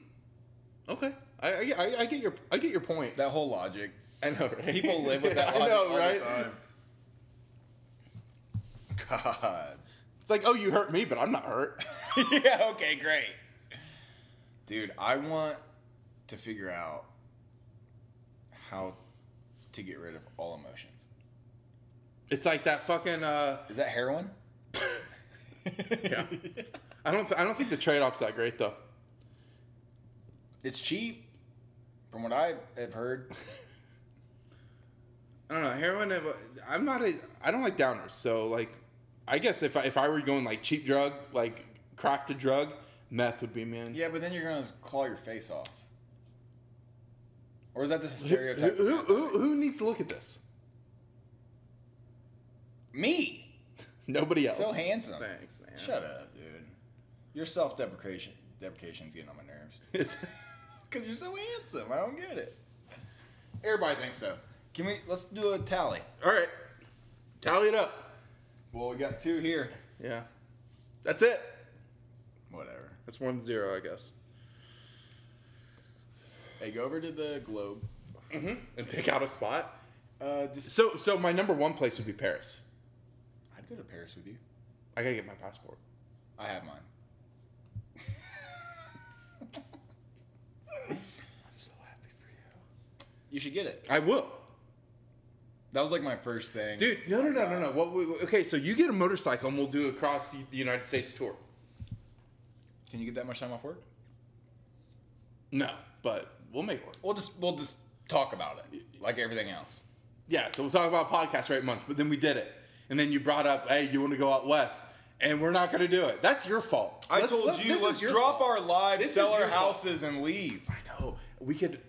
[SPEAKER 2] Okay, I, I, I- I get your I get your point.
[SPEAKER 1] That whole logic.
[SPEAKER 2] I know, right?
[SPEAKER 1] People live with that
[SPEAKER 2] I
[SPEAKER 1] logic
[SPEAKER 2] know,
[SPEAKER 1] all
[SPEAKER 2] right?
[SPEAKER 1] the time. God.
[SPEAKER 2] It's like, oh, you hurt me, but I'm not hurt.
[SPEAKER 1] yeah, okay, great. Dude, I want to figure out how to get rid of all emotions.
[SPEAKER 2] It's like that fucking. Uh,
[SPEAKER 1] Is that heroin?
[SPEAKER 2] yeah. I don't. Th- I don't think the trade off's that great though.
[SPEAKER 1] It's cheap, from what I have heard.
[SPEAKER 2] I don't know heroin. uh, I'm not a. I don't like downers. So like, I guess if I, if I were going like cheap drug, like crafted drug, meth would be man.
[SPEAKER 1] Yeah, but then you're gonna claw your face off. Or is that just a
[SPEAKER 2] Who,
[SPEAKER 1] stereotype?
[SPEAKER 2] who, who, who needs to look at this?
[SPEAKER 1] Me.
[SPEAKER 2] Nobody else.
[SPEAKER 1] So handsome.
[SPEAKER 2] Thanks, man.
[SPEAKER 1] Shut up, dude. Your self-deprecation deprecation's getting on my nerves.
[SPEAKER 2] It's-
[SPEAKER 1] Cause you're so handsome. I don't get it. Everybody thinks so. Can we? Let's do a tally.
[SPEAKER 2] All right, tally it up.
[SPEAKER 1] Well, we got two here.
[SPEAKER 2] Yeah, that's it.
[SPEAKER 1] Whatever.
[SPEAKER 2] That's one zero, I guess.
[SPEAKER 1] Hey, go over to the globe.
[SPEAKER 2] And pick out a spot.
[SPEAKER 1] Uh, just
[SPEAKER 2] So so my number one place would be Paris.
[SPEAKER 1] I'd go to Paris with you.
[SPEAKER 2] I gotta get my passport.
[SPEAKER 1] I have mine.
[SPEAKER 2] I'm so happy for you.
[SPEAKER 1] You should get it.
[SPEAKER 2] I will.
[SPEAKER 1] That was like my first thing.
[SPEAKER 2] Dude, no, no, no, no, no. What? We, okay, so you get a motorcycle, and we'll do a cross the United States tour.
[SPEAKER 1] Can you get that much time off work?
[SPEAKER 2] No, but we'll make it work.
[SPEAKER 1] We'll just we'll just talk about it, like everything else.
[SPEAKER 2] Yeah, so we'll talk about podcasts for eight months, but then we did it, and then you brought up, hey, you want to go out west, and we're not gonna do it. That's your fault.
[SPEAKER 1] I
[SPEAKER 2] Let's-
[SPEAKER 1] told
[SPEAKER 2] let- this
[SPEAKER 1] you,
[SPEAKER 2] is
[SPEAKER 1] let's
[SPEAKER 2] your
[SPEAKER 1] drop our
[SPEAKER 2] fault.
[SPEAKER 1] lives,
[SPEAKER 2] This is
[SPEAKER 1] sell our
[SPEAKER 2] your fault.
[SPEAKER 1] houses, and leave.
[SPEAKER 2] I know we could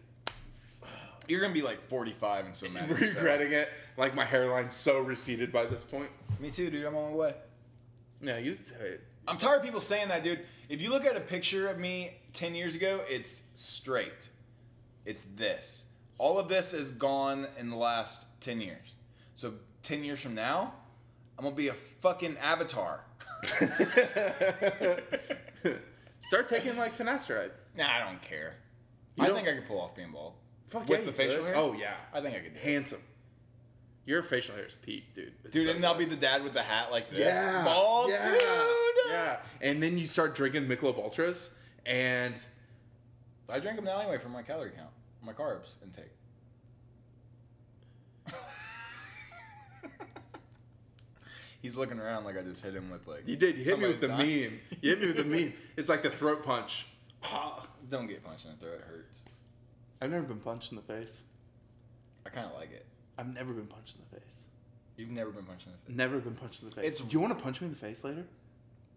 [SPEAKER 1] You're gonna be like 45 and so mad. at yourself.
[SPEAKER 2] regretting it. Like my hairline's so receded by this point.
[SPEAKER 1] Me too, dude. I'm on my way.
[SPEAKER 2] Yeah, you tell it.
[SPEAKER 1] I'm tired of people saying that, dude. If you look at a picture of me 10 years ago, it's straight. It's this. All of this is gone in the last 10 years. So 10 years from now, I'm gonna be a fucking avatar.
[SPEAKER 2] Start taking like finasteride.
[SPEAKER 1] Nah, I don't care.
[SPEAKER 2] You
[SPEAKER 1] I
[SPEAKER 2] don't-
[SPEAKER 1] think I could pull off being bald.
[SPEAKER 2] Fuck
[SPEAKER 1] With
[SPEAKER 2] yeah,
[SPEAKER 1] the
[SPEAKER 2] you
[SPEAKER 1] facial
[SPEAKER 2] could.
[SPEAKER 1] hair?
[SPEAKER 2] Oh yeah,
[SPEAKER 1] I think I could do it.
[SPEAKER 2] handsome. Your facial hair is peak, dude. It's
[SPEAKER 1] Dude,
[SPEAKER 2] so
[SPEAKER 1] and I'll
[SPEAKER 2] good.
[SPEAKER 1] be the dad with the hat like this.
[SPEAKER 2] Yeah.
[SPEAKER 1] Bald
[SPEAKER 2] yeah.
[SPEAKER 1] dude.
[SPEAKER 2] Yeah. And then you start drinking Michelob Ultras, and
[SPEAKER 1] I drink them now anyway for my calorie count, my carbs intake. He's looking around like I just hit him with like.
[SPEAKER 2] you did. You hit me
[SPEAKER 1] somebody
[SPEAKER 2] with the
[SPEAKER 1] who's not-
[SPEAKER 2] meme. You hit me with the meme. It's like the throat punch. Ah.
[SPEAKER 1] Don't get punched in the throat; it hurts.
[SPEAKER 2] I've never been punched in the face.
[SPEAKER 1] I kind of like it.
[SPEAKER 2] I've never been punched in the face.
[SPEAKER 1] You've never been punched in the face.
[SPEAKER 2] Never been punched in the face.
[SPEAKER 1] It's-
[SPEAKER 2] Do you want to punch me in the face later?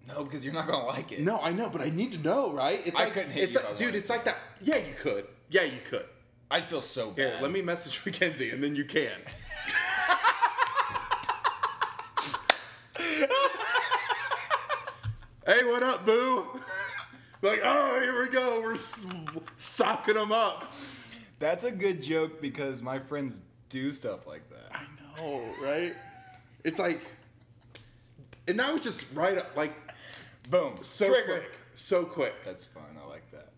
[SPEAKER 1] No, because you're not gonna like it.
[SPEAKER 2] No, I know, but I need to know, right? It's
[SPEAKER 1] I
[SPEAKER 2] like,
[SPEAKER 1] couldn't hit
[SPEAKER 2] it's
[SPEAKER 1] you if I
[SPEAKER 2] like, dude.
[SPEAKER 1] wanted
[SPEAKER 2] It's
[SPEAKER 1] to.
[SPEAKER 2] like that. Yeah, you could. Yeah, you could.
[SPEAKER 1] I'd feel so bad.
[SPEAKER 2] Here, let me message Mackenzie, and then you can. hey, what up, boo? Like, oh, here we go. We're s- socking them up.
[SPEAKER 1] That's a good joke because my friends do stuff like that.
[SPEAKER 2] I know, right? It's like, and that was just right up, like,
[SPEAKER 1] Boom.
[SPEAKER 2] so
[SPEAKER 1] Trigger.
[SPEAKER 2] quick. So quick.
[SPEAKER 1] That's fun. I like that.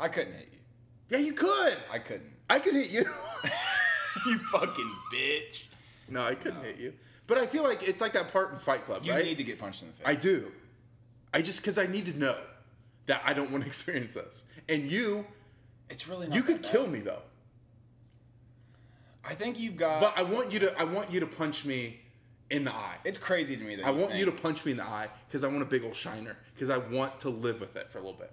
[SPEAKER 1] I couldn't hit you.
[SPEAKER 2] Yeah, you could.
[SPEAKER 1] I couldn't.
[SPEAKER 2] I could hit you.
[SPEAKER 1] you fucking bitch.
[SPEAKER 2] No, I couldn't hit you. But I feel like it's like that part in Fight Club,
[SPEAKER 1] You
[SPEAKER 2] right?
[SPEAKER 1] need to get punched in the face.
[SPEAKER 2] I do. I just because I need to know that I don't want to experience this. And you,
[SPEAKER 1] it's really not
[SPEAKER 2] you could
[SPEAKER 1] that bad.
[SPEAKER 2] kill me though.
[SPEAKER 1] I think you've got.
[SPEAKER 2] But I want you to, I want you to punch me in the eye.
[SPEAKER 1] it's crazy to me that
[SPEAKER 2] I want you to
[SPEAKER 1] think-
[SPEAKER 2] punch me in the eye because I want a big old shiner because I want to live with it for a little bit.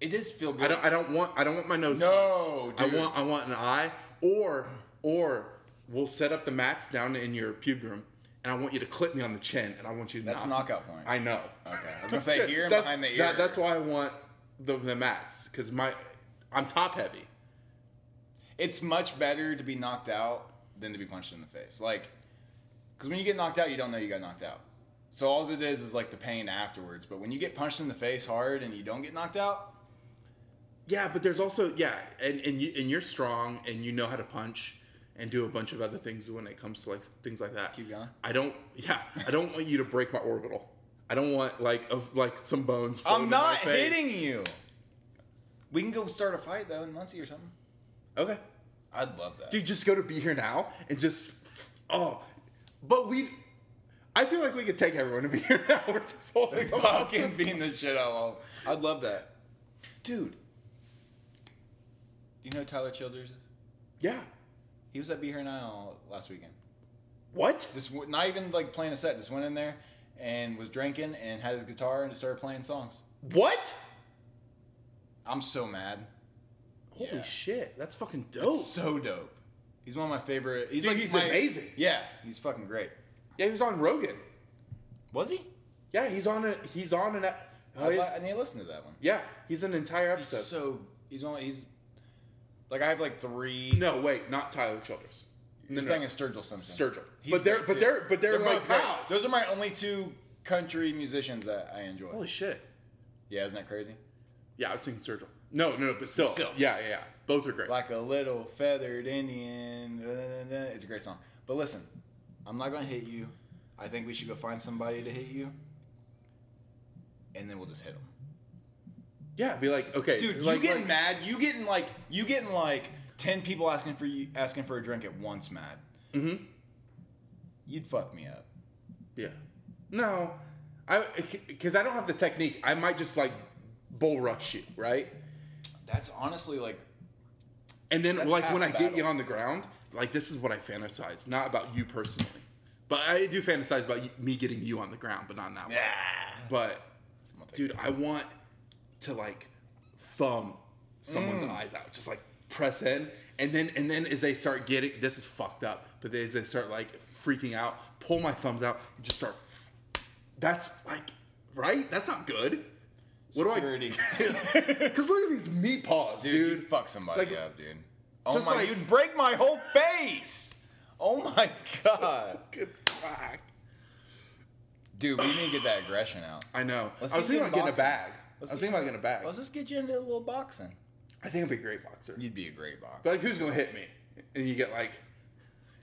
[SPEAKER 1] It does feel good.
[SPEAKER 2] I don't, I don't want, I don't want my nose.
[SPEAKER 1] no,
[SPEAKER 2] I
[SPEAKER 1] dude.
[SPEAKER 2] want I want an eye or or we'll set up the mats down in your pub room and I want you to clip me on the chin and I want you to
[SPEAKER 1] That's a
[SPEAKER 2] knock.
[SPEAKER 1] knockout point.
[SPEAKER 2] I know.
[SPEAKER 1] okay, I was gonna say here and
[SPEAKER 2] That-
[SPEAKER 1] behind the ear.
[SPEAKER 2] that- that's why I want the, the mats cuz my I'm top heavy.
[SPEAKER 1] it's much better to be knocked out than to be punched in the face. Like, because when you get knocked out, you don't know you got knocked out. So all it is is like the pain afterwards. But when you get punched in the face hard and you don't get knocked out,
[SPEAKER 2] Yeah, but there's also yeah, and and you and you're strong and you know how to punch and do a bunch of other things when it comes to like things like that.
[SPEAKER 1] Keep going.
[SPEAKER 2] I don't yeah, I don't want you to break my orbital. I don't want like of like some bones floating
[SPEAKER 1] I'm
[SPEAKER 2] in my
[SPEAKER 1] not
[SPEAKER 2] face.
[SPEAKER 1] hitting you. We can go start a fight though in Muncie or something.
[SPEAKER 2] Okay.
[SPEAKER 1] I'd love that.
[SPEAKER 2] dude, just go to be here now and just oh, but we. I feel like we could take everyone to be here now. We're just holding them up.
[SPEAKER 1] fucking beating the shit out of them. I'd love that, dude. You know who Tyler Childers? is?
[SPEAKER 2] Yeah.
[SPEAKER 1] He was at Be Here Now last weekend.
[SPEAKER 2] What?
[SPEAKER 1] Just w- not even like playing a set. Just went in there and was drinking and had his guitar and just started playing songs.
[SPEAKER 2] What?
[SPEAKER 1] I'm so mad.
[SPEAKER 2] Holy
[SPEAKER 1] Yeah.
[SPEAKER 2] shit! That's fucking dope.
[SPEAKER 1] It's so dope. He's one of my favorite. He's
[SPEAKER 2] Dude,
[SPEAKER 1] like
[SPEAKER 2] he's
[SPEAKER 1] my-
[SPEAKER 2] amazing.
[SPEAKER 1] Yeah, he's fucking great.
[SPEAKER 2] yeah, he was on Rogan.
[SPEAKER 1] Was he?
[SPEAKER 2] Yeah, he's on a. He's on an. Oh,
[SPEAKER 1] I'd
[SPEAKER 2] he's-
[SPEAKER 1] li- I need to listen to that one.
[SPEAKER 2] yeah, he's an entire
[SPEAKER 1] He's
[SPEAKER 2] episode.
[SPEAKER 1] so he's one. He's like I have like three.
[SPEAKER 2] no, wait, not Tyler Childers. No,
[SPEAKER 1] You're
[SPEAKER 2] no,
[SPEAKER 1] saying it's Sturgill Simpson.
[SPEAKER 2] Sturgill.
[SPEAKER 1] He's
[SPEAKER 2] But they're-
[SPEAKER 1] great,
[SPEAKER 2] but
[SPEAKER 1] too.
[SPEAKER 2] they're- but they're
[SPEAKER 1] both
[SPEAKER 2] like
[SPEAKER 1] great.
[SPEAKER 2] house.
[SPEAKER 1] Those are my only two country musicians that I enjoy.
[SPEAKER 2] Holy shit!
[SPEAKER 1] Yeah, isn't that crazy?
[SPEAKER 2] Yeah, I was thinking Sturgill. No, no, no, but still,
[SPEAKER 1] Still.
[SPEAKER 2] yeah, yeah, yeah. Both are great.
[SPEAKER 1] Like a little feathered Indian. da, da, da, da. It's a great song. But listen, I'm not gonna hit you. I think we should go find somebody to hit you, and then we'll just hit them.
[SPEAKER 2] yeah, be like, okay,
[SPEAKER 1] Dude,
[SPEAKER 2] like,
[SPEAKER 1] you getting
[SPEAKER 2] like-
[SPEAKER 1] mad? You getting like you getting like ten people asking for you asking for a drink at once, mad?
[SPEAKER 2] Mhm.
[SPEAKER 1] You'd fuck me up.
[SPEAKER 2] Yeah. No, I because I don't have the technique. I might just like bull rush you, right?
[SPEAKER 1] That's honestly like
[SPEAKER 2] And then
[SPEAKER 1] That's
[SPEAKER 2] like
[SPEAKER 1] half
[SPEAKER 2] when
[SPEAKER 1] the
[SPEAKER 2] I get you
[SPEAKER 1] battle.
[SPEAKER 2] on the ground, like this is what I fantasize, not about you personally, but I do fantasize about you, me getting you on the ground, but not in that way.
[SPEAKER 1] yeah.
[SPEAKER 2] But
[SPEAKER 1] gonna take
[SPEAKER 2] dude, I want to like thumb someone's
[SPEAKER 1] Mm.
[SPEAKER 2] eyes out, just like press in, and then and then as they start getting this is fucked up, but as they start like freaking out, pull my thumbs out, and just start. That's like right. That's not good. What
[SPEAKER 1] Security.
[SPEAKER 2] do I? Because look at these meat paws,
[SPEAKER 1] Dude,
[SPEAKER 2] dude.
[SPEAKER 1] you'd fuck somebody
[SPEAKER 2] like-
[SPEAKER 1] up, dude. Oh
[SPEAKER 2] just
[SPEAKER 1] my,
[SPEAKER 2] like-
[SPEAKER 1] you'd break my whole face. Oh my god,
[SPEAKER 2] Good crack.
[SPEAKER 1] dude, we need to get that aggression out.
[SPEAKER 2] I know.
[SPEAKER 1] Let's
[SPEAKER 2] I was
[SPEAKER 1] get
[SPEAKER 2] thinking
[SPEAKER 1] you
[SPEAKER 2] about getting a
[SPEAKER 1] boxing.
[SPEAKER 2] bag.
[SPEAKER 1] Let's
[SPEAKER 2] I was
[SPEAKER 1] get
[SPEAKER 2] thinking about getting a bag.
[SPEAKER 1] Let's just get you into a little boxing.
[SPEAKER 2] I think I'd be a great boxer.
[SPEAKER 1] You'd be a great boxer.
[SPEAKER 2] But like, who's gonna hit me? And you get like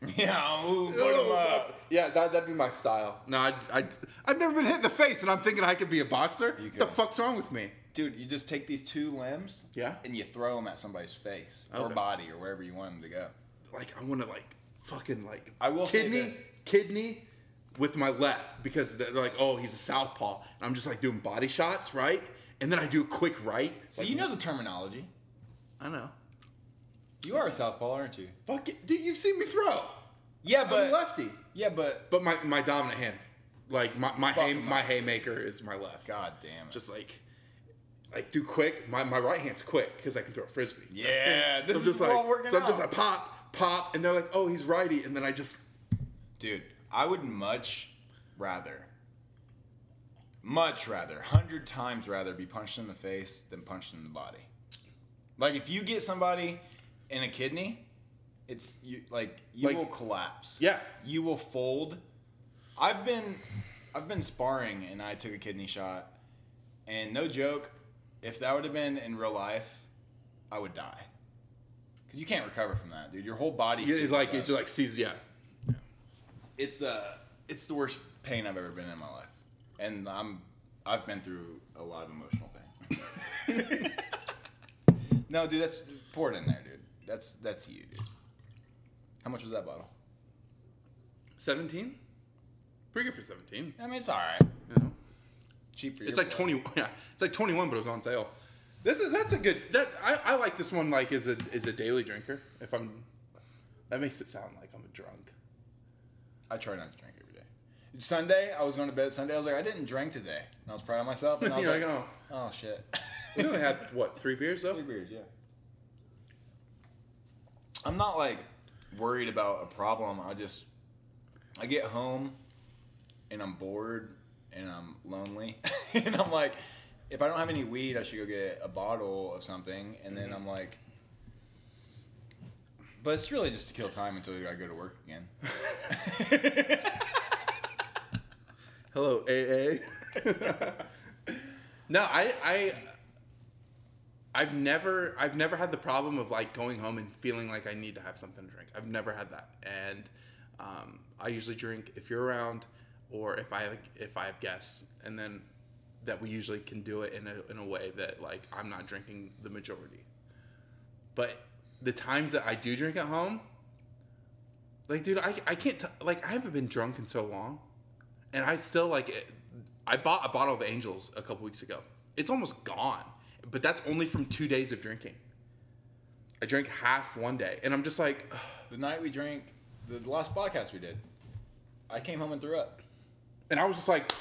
[SPEAKER 1] yeah, ooh, put 'em
[SPEAKER 2] Oh,
[SPEAKER 1] up.
[SPEAKER 2] Yeah, that, that'd be my style. No, I, I, I've never been hit in the face, and I'm thinking I could be a boxer.
[SPEAKER 1] You
[SPEAKER 2] the
[SPEAKER 1] could.
[SPEAKER 2] fuck's wrong with me?
[SPEAKER 1] dude. You just take these two limbs,
[SPEAKER 2] Yeah.
[SPEAKER 1] and you throw them at somebody's face or
[SPEAKER 2] Okay.
[SPEAKER 1] body or wherever you want them to go.
[SPEAKER 2] Like, I want to like fucking like
[SPEAKER 1] I will say
[SPEAKER 2] kidney
[SPEAKER 1] this.
[SPEAKER 2] kidney with my left because they're like, oh, he's a southpaw, and I'm just like doing body shots, right? And then I do a quick right.
[SPEAKER 1] So
[SPEAKER 2] Like,
[SPEAKER 1] you know the terminology.
[SPEAKER 2] I know.
[SPEAKER 1] You are a southpaw, aren't you?
[SPEAKER 2] Fuck it, dude. You've seen me throw.
[SPEAKER 1] Yeah,
[SPEAKER 2] I'm
[SPEAKER 1] but
[SPEAKER 2] lefty,
[SPEAKER 1] yeah, but
[SPEAKER 2] but my my dominant hand, like my my hay,
[SPEAKER 1] him up.
[SPEAKER 2] my haymaker is my left.
[SPEAKER 1] god damn it.
[SPEAKER 2] Just like. Like do quick. My, my right hand's quick because I can throw a frisbee.
[SPEAKER 1] yeah, this
[SPEAKER 2] so I'm
[SPEAKER 1] is
[SPEAKER 2] just
[SPEAKER 1] we're
[SPEAKER 2] like,
[SPEAKER 1] all working
[SPEAKER 2] so I'm
[SPEAKER 1] out.
[SPEAKER 2] just like pop, pop, and they're like, oh, he's righty, and then I just
[SPEAKER 1] Dude, I would much rather, much rather, hundred times rather be punched in the face than punched in the body. Like if you get somebody in a kidney, it's you like you
[SPEAKER 2] Like-
[SPEAKER 1] will collapse.
[SPEAKER 2] Yeah.
[SPEAKER 1] you will fold. I've been, I've been sparring and I took a kidney shot, and no joke, if that would have been in real life, I would die. Cause you can't recover from that, dude. Your whole body.
[SPEAKER 2] yeah,
[SPEAKER 1] seizes
[SPEAKER 2] it's like it
[SPEAKER 1] up
[SPEAKER 2] just like sees yeah.
[SPEAKER 1] it's uh it's the worst pain I've ever been in my life, and I'm I've been through a lot of emotional pain. no, dude, that's pour it in there, dude. That's that's you, dude. How much was that bottle?
[SPEAKER 2] 17? Pretty good for 17.
[SPEAKER 1] I mean, it's all right.
[SPEAKER 2] You know?
[SPEAKER 1] Cheap for
[SPEAKER 2] It's
[SPEAKER 1] your
[SPEAKER 2] like
[SPEAKER 1] blood.
[SPEAKER 2] 20. Yeah, it's like 21, but it was on sale. This is that's a good. That I, I like this one. Like as a as a daily drinker. If I'm, that makes it sound like I'm a drunk.
[SPEAKER 1] I try not to drink every day. Sunday, I was going to bed Sunday. I was like, I didn't drink today. And I was proud of myself. And I was
[SPEAKER 2] You're
[SPEAKER 1] like,
[SPEAKER 2] like, oh,
[SPEAKER 1] oh, shit.
[SPEAKER 2] we only had what three beers though.
[SPEAKER 1] Three beers, yeah. I'm not like worried about a problem. I just I get home and I'm bored and I'm lonely and I'm like, if I don't have any weed, I should go get a bottle of something. And then I'm like, but it's really just to kill time until I go to work again.
[SPEAKER 2] Hello, AA. no, I, I, I've never, I've never had the problem of like going home and feeling like I need to have something to drink. I've never had that, and um, I usually drink if you're around, or if I have, if I have guests, and then that we usually can do it in a in a way that like I'm not drinking the majority. But the times that I do drink at home, like dude, I I can't t- like I haven't been drunk in so long and I still like it. I bought a bottle of Angels a couple weeks ago. It's almost gone, but that's only from two days of drinking. I drank half one day, and I'm just like, ugh,
[SPEAKER 1] The night we drank the last podcast we did, I came home and threw up.
[SPEAKER 2] and I was just like,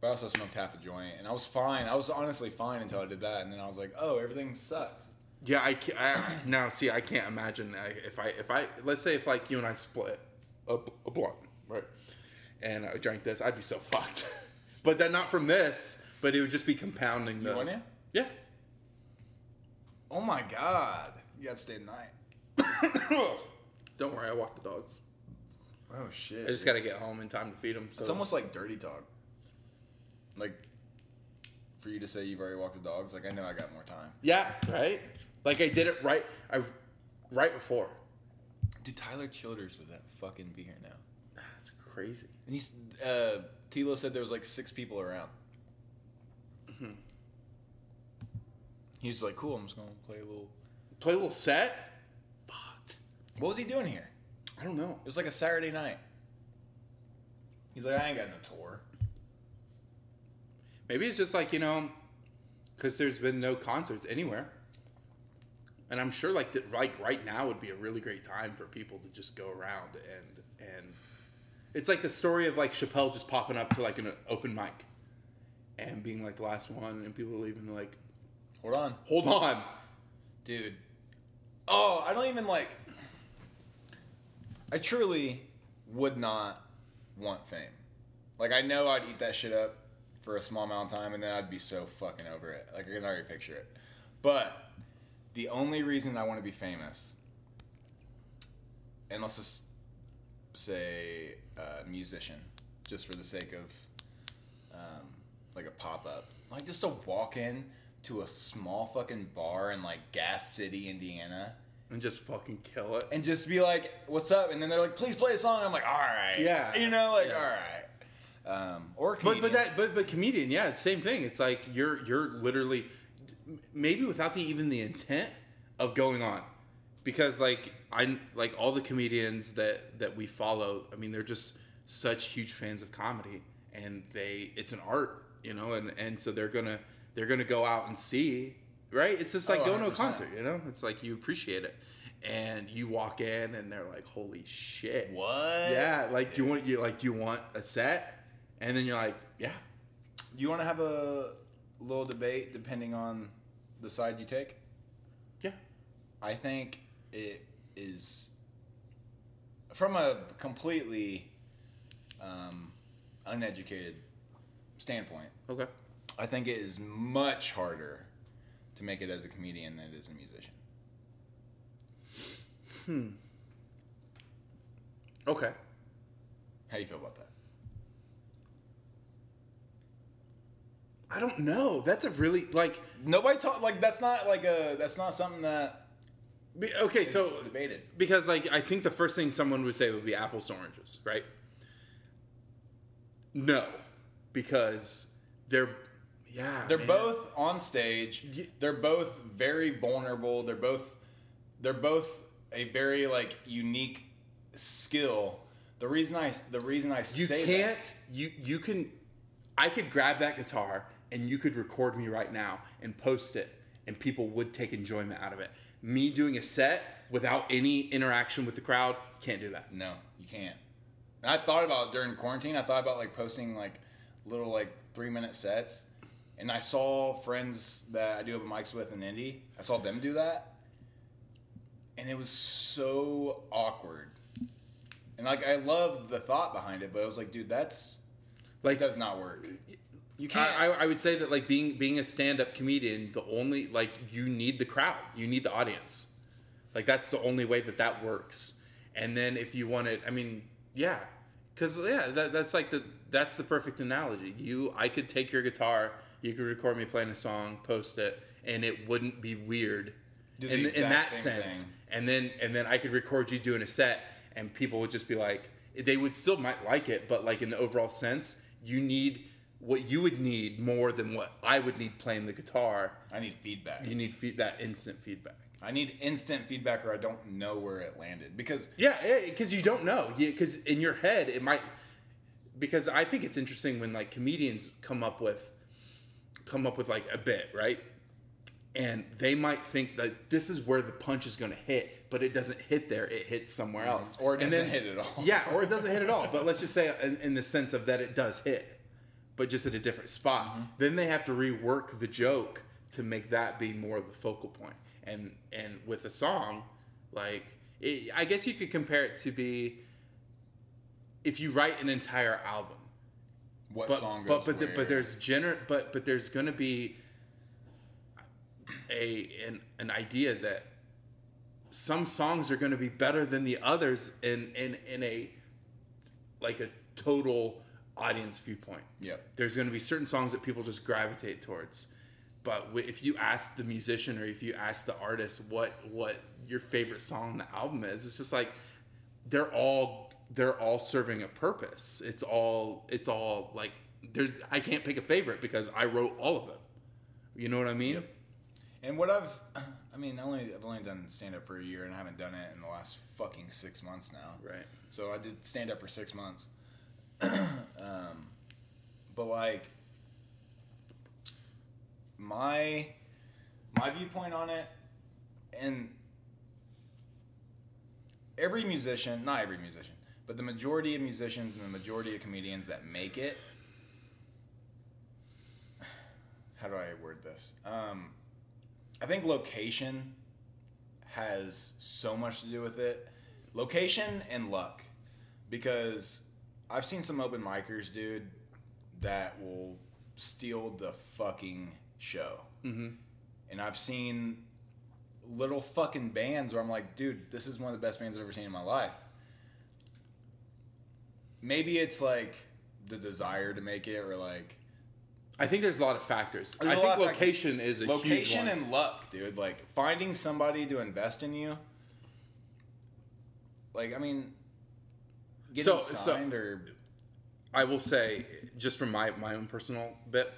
[SPEAKER 1] But I also smoked half a joint, and I was fine. I was honestly fine until I did that, and then I was like, "Oh, everything sucks."
[SPEAKER 2] yeah, I, ca- I now see, I can't imagine I, if I if I let's say if like you and I split a, bl- a blunt, right, and I drank this, I'd be so fucked. but then not from this, but it would just be compounding. The,
[SPEAKER 1] You want it?
[SPEAKER 2] Yeah.
[SPEAKER 1] Oh my god, you gotta stay the night.
[SPEAKER 2] Don't worry, I walk the dogs.
[SPEAKER 1] Oh shit,
[SPEAKER 2] I just gotta get home in time to feed them. So.
[SPEAKER 1] it's almost like dirty talk. Like for you to say you've already walked the dogs. Like I know I got more time.
[SPEAKER 2] Yeah, right. Like I did it right. I right before.
[SPEAKER 1] Dude, Tyler Childers was at fucking beer now,
[SPEAKER 2] That's crazy.
[SPEAKER 1] and he's uh, Tilo said there was like six people around. Mm-hmm. He was like, "Cool, I'm just gonna play a little."
[SPEAKER 2] Play a little set. Fuck.
[SPEAKER 1] What was he doing here?
[SPEAKER 2] I don't know.
[SPEAKER 1] It was like a Saturday night. He's like, I ain't got no tour.
[SPEAKER 2] Maybe it's just like you know, because there's been no concerts anywhere. And I'm sure like that like right now would be a really great time for people to just go around and and it's like the story of like Chappelle just popping up to like an open mic and being like the last one and people leaving like
[SPEAKER 1] Hold on,
[SPEAKER 2] hold on
[SPEAKER 1] dude. Oh, I don't even like. I truly would not want fame. Like, I know I'd eat that shit up for a small amount of time, and then I'd be so fucking over it. Like, I can already picture it. But the only reason I want to be famous, and let's just say uh, musician, just for the sake of um, like a pop up, like just to walk in to a small fucking bar in like Gas City, Indiana,
[SPEAKER 2] and just fucking kill it.
[SPEAKER 1] and just be like, "What's up?" And then they're like, "Please play a song." I'm like, "All right,
[SPEAKER 2] Yeah.
[SPEAKER 1] you know, like
[SPEAKER 2] Yeah.
[SPEAKER 1] all right." Um, or a
[SPEAKER 2] But but
[SPEAKER 1] comedian.
[SPEAKER 2] that but but comedian, yeah, it's same thing. It's like you're you're literally maybe without the even the intent of going on, because like I like all the comedians that that we follow. I mean, they're just such huge fans of comedy, and they it's an art, you know, and and so they're gonna they're gonna go out and see, right? It's just like
[SPEAKER 1] Oh,
[SPEAKER 2] going to a
[SPEAKER 1] 100%.
[SPEAKER 2] concert, you know. It's like you appreciate it, and you walk in and they're like, holy shit,
[SPEAKER 1] what?
[SPEAKER 2] yeah, like you want you like you want a set, and then you're like, yeah,
[SPEAKER 1] You want to have a little debate depending on the side you take?
[SPEAKER 2] yeah,
[SPEAKER 1] I think it is from a completely um, uneducated standpoint.
[SPEAKER 2] okay,
[SPEAKER 1] I think it is much harder to make it as a comedian than it is a musician.
[SPEAKER 2] okay.
[SPEAKER 1] How do you feel about that?
[SPEAKER 2] I don't know. That's a really like
[SPEAKER 1] Nobody talk like that's not like a that's not something that
[SPEAKER 2] be- okay.
[SPEAKER 1] is
[SPEAKER 2] So
[SPEAKER 1] debated.
[SPEAKER 2] because like I think the first thing someone would say would be apples to oranges, right? No, because they're yeah
[SPEAKER 1] They're
[SPEAKER 2] man.
[SPEAKER 1] both on stage.
[SPEAKER 2] Ye-
[SPEAKER 1] They're both very vulnerable. They're both they're both a very like unique skill. The reason I the reason I
[SPEAKER 2] You
[SPEAKER 1] say
[SPEAKER 2] can't. You you can. I could grab that guitar and you could record me right now and post it, and people would take enjoyment out of it. Me doing a set without any interaction with the crowd can't do that.
[SPEAKER 1] that, no, you can't. And I thought about during quarantine. I thought about like posting like little like three minute sets, and I saw friends that I do open mics with in Indy. I saw them do that, and it was so awkward. And like I love the thought behind it, but I was like, dude, that's
[SPEAKER 2] Like
[SPEAKER 1] it does not work. You can't.
[SPEAKER 2] I, I, I would say that like being being a stand up comedian, the only like you need the crowd, you need the audience. Like that's the only way that that works. And then if you want it, I mean, yeah, because yeah, that, that's like the that's the perfect analogy. You, I could take your guitar, you could record me playing a song, post it, and it wouldn't be weird.
[SPEAKER 1] Do the
[SPEAKER 2] in, in
[SPEAKER 1] exact
[SPEAKER 2] that
[SPEAKER 1] same
[SPEAKER 2] sense,
[SPEAKER 1] thing.
[SPEAKER 2] and then and then I could record you doing a set, and people would just be like, they would still might like it, but like in the overall sense, you need what you would need more than what I would need playing the guitar.
[SPEAKER 1] I need feedback.
[SPEAKER 2] You need feed, that instant feedback.
[SPEAKER 1] I need instant feedback or I don't know where it landed. Because
[SPEAKER 2] Yeah, because you don't know. Because in your head, it might. Because I think it's interesting when like comedians come up with, come up with like a bit, right? And they might think that this is where the punch is going to hit, but it doesn't hit there. It hits somewhere else,
[SPEAKER 1] Mm-hmm. or it
[SPEAKER 2] And
[SPEAKER 1] doesn't hit at all.
[SPEAKER 2] Yeah, or it doesn't hit at all. But let's just say in, in the sense of that it does hit, but just at a different spot.
[SPEAKER 1] Mm-hmm.
[SPEAKER 2] Then they have to rework the joke to make that be more of the focal point. And and with a song, like it, I guess you could compare it to be if you write an entire album,
[SPEAKER 1] what
[SPEAKER 2] but
[SPEAKER 1] song goes
[SPEAKER 2] but but, the,
[SPEAKER 1] where.
[SPEAKER 2] but there's gener but but there's gonna be a an an idea that some songs are gonna be better than the others in in in a like a total audience viewpoint.
[SPEAKER 1] Yep.
[SPEAKER 2] There's going to be certain songs that people just gravitate towards. But wi- if you ask the musician or if you ask the artist what what your favorite song on the album is, it's just like they're all they're all serving a purpose. It's all it's all like there's I can't pick a favorite because I wrote all of them. You know what I mean?
[SPEAKER 1] Yep. And what I've I mean, I only I've only done stand up for a year and I haven't done it in the last fucking six months now.
[SPEAKER 2] Right.
[SPEAKER 1] So I did stand up for six months. um, but like my my viewpoint on it, and every musician, not every musician, but the majority of musicians and the majority of comedians that make it. How do I word this? Um, I think location has so much to do with it. Location and luck. Because I've seen some open micers, dude, that will steal the fucking show.
[SPEAKER 2] Mm-hmm.
[SPEAKER 1] And I've seen little fucking bands where I'm like, dude, this is one of the best bands I've ever seen in my life. Maybe it's like the desire to make it or like
[SPEAKER 2] I think there's a lot of factors.
[SPEAKER 1] There's
[SPEAKER 2] I
[SPEAKER 1] a
[SPEAKER 2] think
[SPEAKER 1] lot of factors.
[SPEAKER 2] location is a huge
[SPEAKER 1] location
[SPEAKER 2] one.
[SPEAKER 1] and luck, dude. Like finding somebody to invest in you. Like I mean, getting
[SPEAKER 2] So- so-
[SPEAKER 1] signed or
[SPEAKER 2] I will say, just from my, my own personal bit,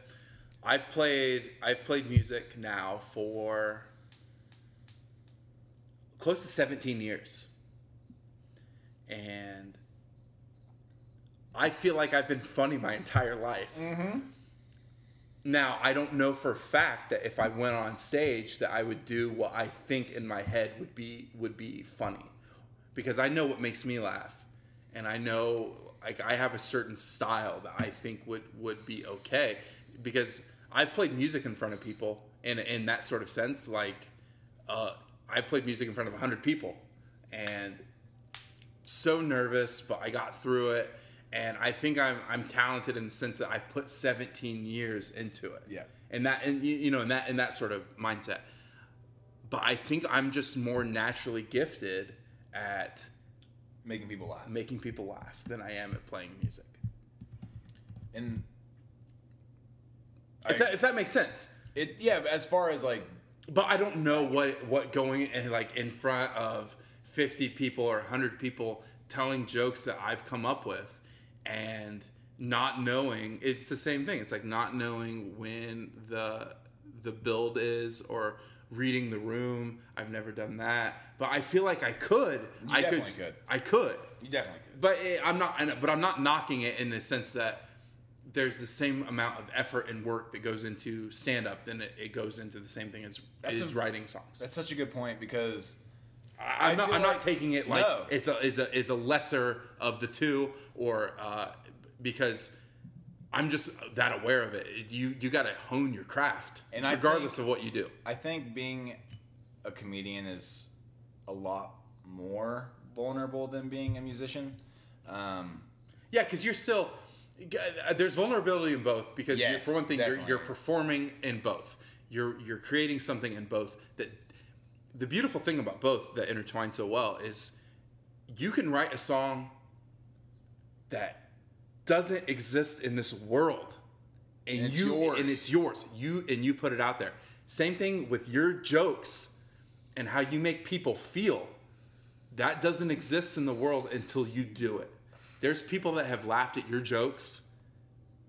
[SPEAKER 2] I've played I've played music now for close to 17 years. And I feel like I've been funny my entire life. Now, I don't know for a fact that if I went on stage that I would do what I think in my head would be would be funny. Because I know what makes me laugh and I know like I have a certain style that I think would would be okay because I've played music in front of people in in that sort of sense like uh, I played music in front of 100 people and so nervous, but I got through it. And I think I'm I'm talented in the sense that I put 17 years into it.
[SPEAKER 1] Yeah.
[SPEAKER 2] And that and you- you know and that and that sort of mindset. But I think I'm just more naturally gifted at
[SPEAKER 1] making people laugh.
[SPEAKER 2] making people laugh than I am at playing music.
[SPEAKER 1] And
[SPEAKER 2] If
[SPEAKER 1] I-
[SPEAKER 2] that, if that makes sense.
[SPEAKER 1] it yeah, but as far as like
[SPEAKER 2] But I don't know what what going and like in front of 50 people or 100 people telling jokes that I've come up with and not knowing it's the same thing. It's like not knowing when the the build is or reading the room. I've never done that, but I feel like I could.
[SPEAKER 1] You
[SPEAKER 2] I
[SPEAKER 1] definitely could.
[SPEAKER 2] I could.
[SPEAKER 1] You definitely could.
[SPEAKER 2] But it, I'm not. and- But I'm not knocking it in the sense that there's the same amount of effort and work that goes into stand up than it, it goes into the same thing as
[SPEAKER 1] That's
[SPEAKER 2] is
[SPEAKER 1] a-
[SPEAKER 2] writing songs.
[SPEAKER 1] That's such a good point because
[SPEAKER 2] I,
[SPEAKER 1] I
[SPEAKER 2] I'm not.
[SPEAKER 1] feel
[SPEAKER 2] I'm
[SPEAKER 1] like-
[SPEAKER 2] not taking it like
[SPEAKER 1] No.
[SPEAKER 2] it's a it's a it's a lesser of the two, or uh, because I'm just that aware of it. You you got to hone your craft,
[SPEAKER 1] And I
[SPEAKER 2] regardless
[SPEAKER 1] think-
[SPEAKER 2] of what you do.
[SPEAKER 1] I think being a comedian is a lot more vulnerable than being a musician. Um,
[SPEAKER 2] Yeah, because you're still uh, there's vulnerability in both. Because you're,
[SPEAKER 1] Yes,
[SPEAKER 2] for one thing, you're,
[SPEAKER 1] definitely.
[SPEAKER 2] you're performing in both. You're you're creating something in both. That the beautiful thing about both that intertwine so well is you can write a song that doesn't exist in this world, and,
[SPEAKER 1] And it's
[SPEAKER 2] you
[SPEAKER 1] yours.
[SPEAKER 2] and it's yours. You and you put it out there. Same thing with your jokes and how you make people feel that doesn't exist in the world until you do it. There's people that have laughed at your jokes.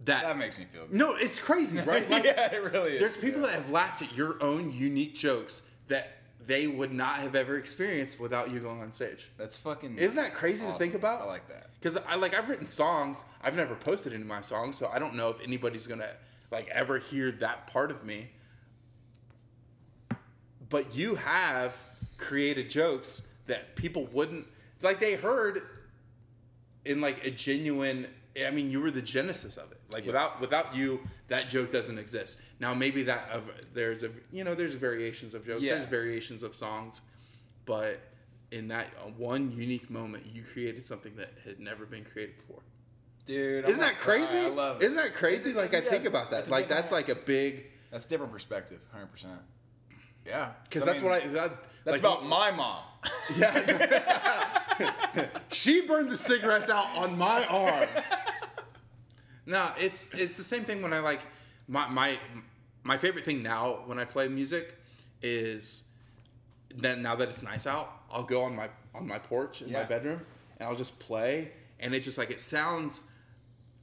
[SPEAKER 2] That,
[SPEAKER 1] that makes me feel good.
[SPEAKER 2] no, it's crazy, right? Like,
[SPEAKER 1] yeah, it really is.
[SPEAKER 2] There's people
[SPEAKER 1] yeah.
[SPEAKER 2] that have laughed at your own unique jokes that they would not have ever experienced without you going on stage.
[SPEAKER 1] That's fucking.
[SPEAKER 2] Isn't that crazy to
[SPEAKER 1] awesome.
[SPEAKER 2] think about?
[SPEAKER 1] I like that.
[SPEAKER 2] Because I like I've written songs. I've never posted any of my songs, so I don't know if anybody's gonna like ever hear that part of me. But you have created jokes that people wouldn't like. They heard in like a genuine. I mean, you were the genesis of it. Like without without you, that joke doesn't exist. Now maybe that of there's a you know there's variations of jokes.
[SPEAKER 1] Yeah.
[SPEAKER 2] There's variations of songs, but in that one unique moment, you created something that had never been created before.
[SPEAKER 1] Dude, I'm
[SPEAKER 2] Isn't that
[SPEAKER 1] gonna cry.
[SPEAKER 2] crazy?
[SPEAKER 1] I love it.
[SPEAKER 2] Isn't that crazy? Like I
[SPEAKER 1] Yeah,
[SPEAKER 2] think about that.
[SPEAKER 1] that's a
[SPEAKER 2] like
[SPEAKER 1] big
[SPEAKER 2] that's
[SPEAKER 1] moment.
[SPEAKER 2] like a big
[SPEAKER 1] That's a different perspective, hundred percent. Yeah,
[SPEAKER 2] because that's
[SPEAKER 1] mean,
[SPEAKER 2] what I. That,
[SPEAKER 1] That's
[SPEAKER 2] like,
[SPEAKER 1] about my mom.
[SPEAKER 2] Yeah. she burned the cigarettes out on my arm. No, it's it's the same thing when I like my my my favorite thing now when I play music is that now that it's nice out, I'll go on my on my porch in my
[SPEAKER 1] Yeah.
[SPEAKER 2] bedroom and I'll just play and it just like it sounds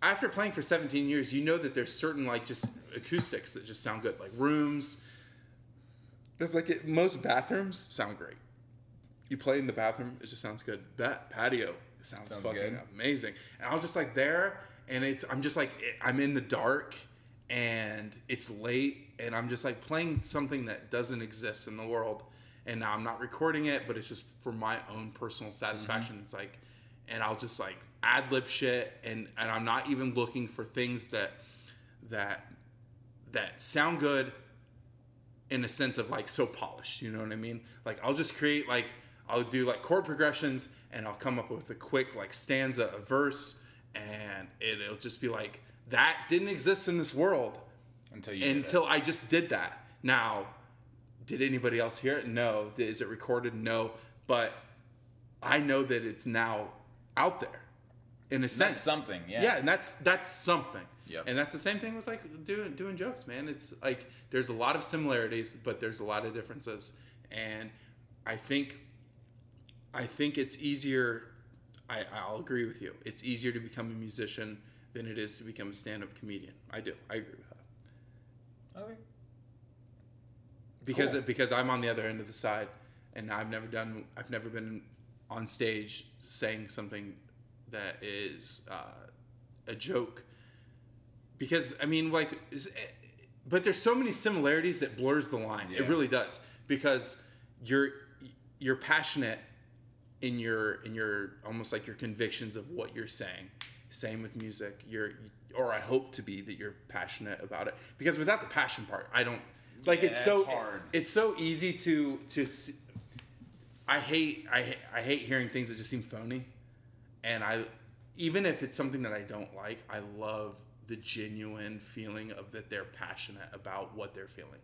[SPEAKER 2] after playing for 17 years, you know that there's certain like just acoustics that just sound good, like rooms. That's like it, most bathrooms sound great. You play in the bathroom, it just sounds good. That patio sounds,
[SPEAKER 1] Sounds
[SPEAKER 2] fucking
[SPEAKER 1] good.
[SPEAKER 2] amazing. And I'm just like there, and it's I'm just like it, I'm in the dark, and it's late, and I'm just like playing something that doesn't exist in the world. And now I'm not recording it, but it's just for my own personal satisfaction. It's like, and I'll just like ad lib shit, and and I'm not even looking for things that that that sound good in a sense of like so polished you know what i mean like i'll just create like i'll do like chord progressions and i'll come up with a quick like stanza a verse and it, it'll just be like that didn't exist in this world
[SPEAKER 1] Until you. did it.
[SPEAKER 2] until i just did that now did anybody else hear it no Did- is it recorded no but i know that it's now out there in a sense
[SPEAKER 1] something, yeah.
[SPEAKER 2] yeah and that's that's something
[SPEAKER 1] Yep.
[SPEAKER 2] and that's the same thing with like doing doing jokes man it's like there's a lot of similarities but there's a lot of differences and i think i think it's easier i i'll agree with you it's easier to become a musician than it is to become a stand-up comedian i do i agree with that
[SPEAKER 1] Okay.
[SPEAKER 2] because
[SPEAKER 1] Cool.
[SPEAKER 2] because I'm on the other end of the side, and I've never done I've never been on stage saying something that is uh, a joke. Because I mean, like, is, eh, but there's so many similarities that blurs the line. It
[SPEAKER 1] Yeah.
[SPEAKER 2] really does because you're you're passionate in your in your almost like your convictions of what you're saying. Same with music. You're or I hope to be that you're passionate about it because without the passion part, I don't like it's
[SPEAKER 1] Yeah,
[SPEAKER 2] so
[SPEAKER 1] it's hard.
[SPEAKER 2] it's so easy to to s- I hate I ha- I hate hearing things that just seem phony and I even if it's something that I don't like, I love the genuine feeling of that they're passionate about what they're feeling.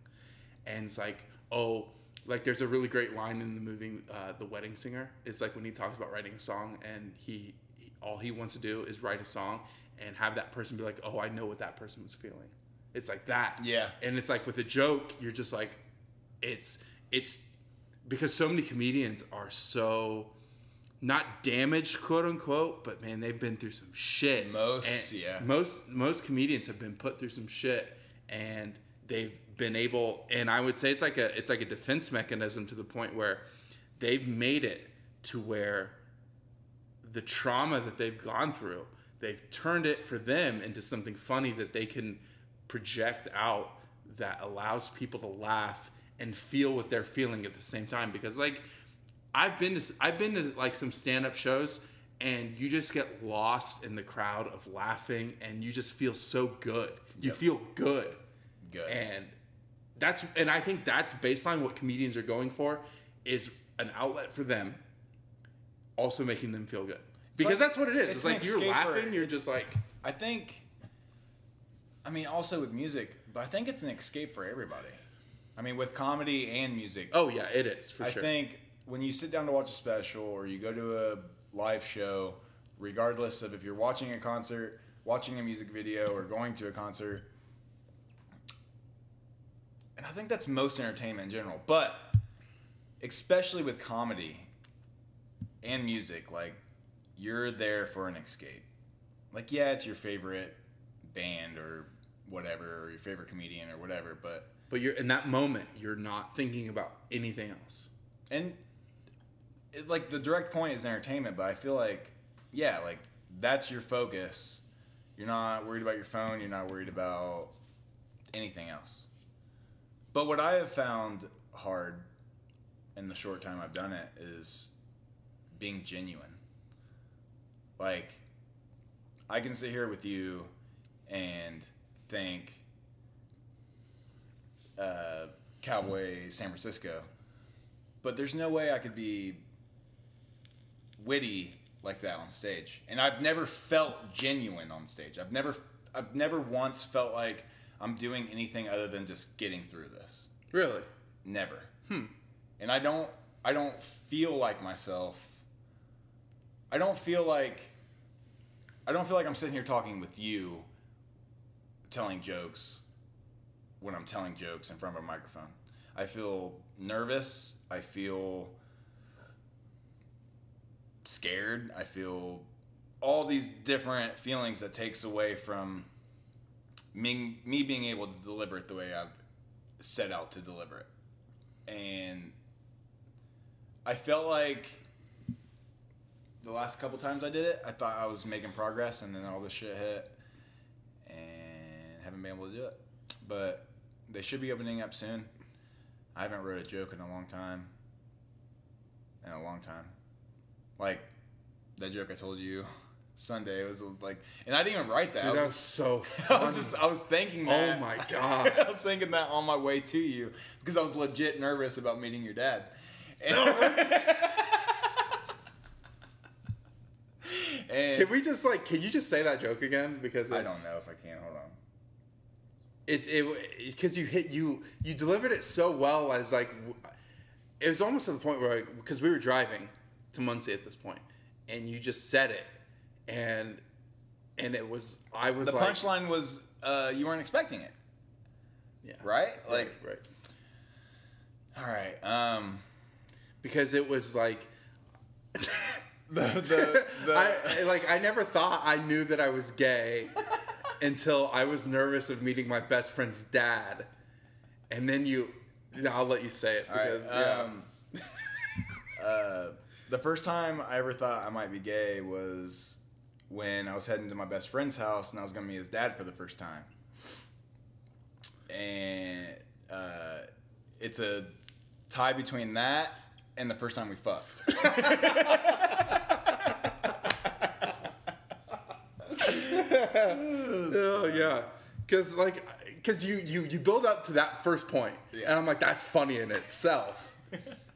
[SPEAKER 2] And it's like, oh, like there's a really great line in the movie uh, The Wedding Singer. It's like when he talks about writing a song and he, he all he wants to do is write a song and have that person be like, "Oh, I know what that person was feeling." It's like that.
[SPEAKER 1] Yeah.
[SPEAKER 2] And it's like with a joke, you're just like it's it's because so many comedians are so not damaged, quote unquote, but man, they've been through some shit.
[SPEAKER 1] Most, yeah.
[SPEAKER 2] Most most comedians have been put through some shit, and they've been able and I would say it's like a it's like a defense mechanism to the point where they've made it to where the trauma that they've gone through, they've turned it for them into something funny that they can project out that allows people to laugh and feel what they're feeling at the same time because like I've been to I've been to like some stand up shows and you just get lost in the crowd of laughing and you just feel so good. You
[SPEAKER 1] Yep.
[SPEAKER 2] feel good.
[SPEAKER 1] Good.
[SPEAKER 2] And that's and I think that's based on what comedians are going for is an outlet for them also making them feel good. Because
[SPEAKER 1] like-
[SPEAKER 2] that's what it is.
[SPEAKER 1] it's
[SPEAKER 2] It's,
[SPEAKER 1] an
[SPEAKER 2] like you're
[SPEAKER 1] escape for-
[SPEAKER 2] laughing, you're just like
[SPEAKER 1] I think. I mean, also with music, but I think it's an escape for everybody. I mean, with comedy and music.
[SPEAKER 2] oh yeah, it is for
[SPEAKER 1] I
[SPEAKER 2] sure.
[SPEAKER 1] think when you sit down to watch a special or you go to a live show, regardless of if you're watching a concert, watching a music video, or going to a concert, and I think that's most entertainment in general, but especially with comedy and music, like you're there for an escape. Like, yeah, it's your favorite band or whatever, or your favorite comedian or whatever, but
[SPEAKER 2] but you're in that moment, you're not thinking about anything else.
[SPEAKER 1] and it, like the direct point is entertainment but i feel like yeah like that's your focus you're not worried about your phone you're not worried about anything else but what i have found hard in the short time i've done it is being genuine like i can sit here with you and think uh, cowboy san francisco but there's no way I could be witty like that on stage. And I've never felt genuine on stage. I've never I've never once felt like I'm doing anything other than just getting through this.
[SPEAKER 2] Really?
[SPEAKER 1] Never. Hmm. And I don't I don't feel like myself. I don't feel like I don't feel like I'm sitting here talking with you telling jokes when I'm telling jokes in front of a microphone. I feel nervous. I feel scared. I feel all these different feelings that takes away from me, me being able to deliver it the way I've set out to deliver it. And I felt like the last couple times I did it, I thought I was making progress, and then all this shit hit, and haven't been able to do it. But they should be opening up soon. I haven't wrote a joke in a long time. In a long time, like that joke I told you Sunday was like, and I didn't even write that. I was
[SPEAKER 2] Dude, that
[SPEAKER 1] just-
[SPEAKER 2] was so
[SPEAKER 1] I
[SPEAKER 2] funny.
[SPEAKER 1] was just I was thinking
[SPEAKER 2] Oh
[SPEAKER 1] that.
[SPEAKER 2] my God.
[SPEAKER 1] I was thinking that on my way to you because I was legit nervous about meeting your dad. And, And-
[SPEAKER 2] Can we just like? Can you just say that joke again? Because
[SPEAKER 1] I
[SPEAKER 2] it's,
[SPEAKER 1] don't know if I can. Hold on.
[SPEAKER 2] It it because you hit you you delivered it so well as like w- it was almost to the point where like because we were driving to Muncie at this point and you just said it and and it was I was
[SPEAKER 1] The
[SPEAKER 2] like
[SPEAKER 1] punchline was uh, you weren't expecting it,
[SPEAKER 2] yeah
[SPEAKER 1] right? Like,
[SPEAKER 2] like right
[SPEAKER 1] all right. Um,
[SPEAKER 2] because it was like
[SPEAKER 1] the, the, the
[SPEAKER 2] I, I- like I never thought I knew that I was gay until I was nervous of meeting my best friend's dad, and then you. no, I'll let you say it
[SPEAKER 1] All right,
[SPEAKER 2] because yeah.
[SPEAKER 1] um, uh, the first time I ever thought I might be gay was when I was heading to my best friend's house and I was going to meet his dad for the first time. And uh, it's a tie between that and the first time we fucked.
[SPEAKER 2] oh yeah, because like because you you you build up to that first point,
[SPEAKER 1] Yeah.
[SPEAKER 2] and I'm like that's funny in itself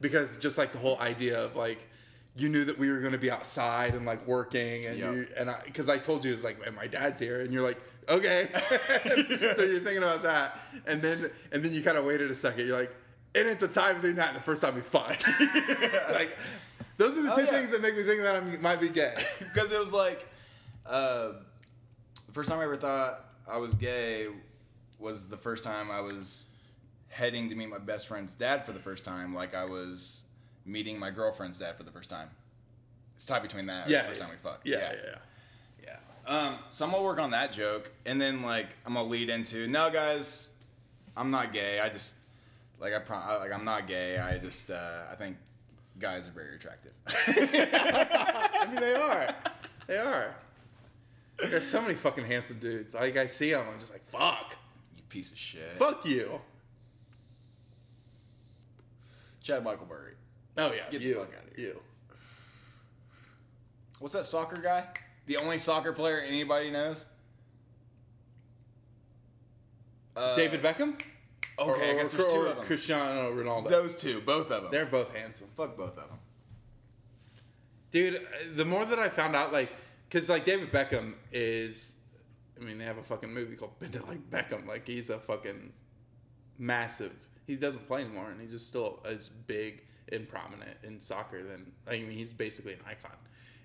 [SPEAKER 2] because just like the whole idea of like you knew that we were going to be outside and like working and
[SPEAKER 1] Yep.
[SPEAKER 2] you, and I because I told you it's like and my dad's here and you're like okay so you're thinking about that and then and then you kind of waited a second you're like and it's a time between that and the first time we fought like those are the
[SPEAKER 1] Oh,
[SPEAKER 2] two
[SPEAKER 1] yeah.
[SPEAKER 2] things that make me think that I might be gay
[SPEAKER 1] because it was like uh, the first time I ever thought I was gay was the first time I was heading to meet my best friend's dad for the first time, like I was meeting my girlfriend's dad for the first time. It's tied between that and
[SPEAKER 2] yeah
[SPEAKER 1] the first time we fucked.
[SPEAKER 2] yeah yeah, yeah.
[SPEAKER 1] Yeah. Um, so I'm gonna work on that joke, and then like I'm gonna lead into now, guys. I'm not gay. I just like I, prom- I like I'm not gay. I just uh, I think guys are very attractive.
[SPEAKER 2] I mean, they are. They are. There's so many fucking handsome dudes. Like I see them, I'm just like, fuck,
[SPEAKER 1] you piece of shit.
[SPEAKER 2] fuck you.
[SPEAKER 1] Chad Michael Murray.
[SPEAKER 2] Oh yeah,
[SPEAKER 1] Get the
[SPEAKER 2] you,
[SPEAKER 1] fuck outta here.
[SPEAKER 2] You.
[SPEAKER 1] What's that soccer guy? The only soccer player anybody knows. Uh,
[SPEAKER 2] David Beckham.
[SPEAKER 1] Okay, I
[SPEAKER 2] Or-
[SPEAKER 1] guess
[SPEAKER 2] or-
[SPEAKER 1] there's two
[SPEAKER 2] or
[SPEAKER 1] of them.
[SPEAKER 2] Cristiano Ronaldo.
[SPEAKER 1] Those two, both of them.
[SPEAKER 2] They're both handsome.
[SPEAKER 1] Fuck both of them.
[SPEAKER 2] Dude, uh, the more that I found out, like, because, like, David Beckham is, I mean, they have a fucking movie called Bend It Like Beckham. Like, he's a fucking massive. He doesn't play anymore, and he's just still as big and prominent in soccer than, I mean, he's basically an icon.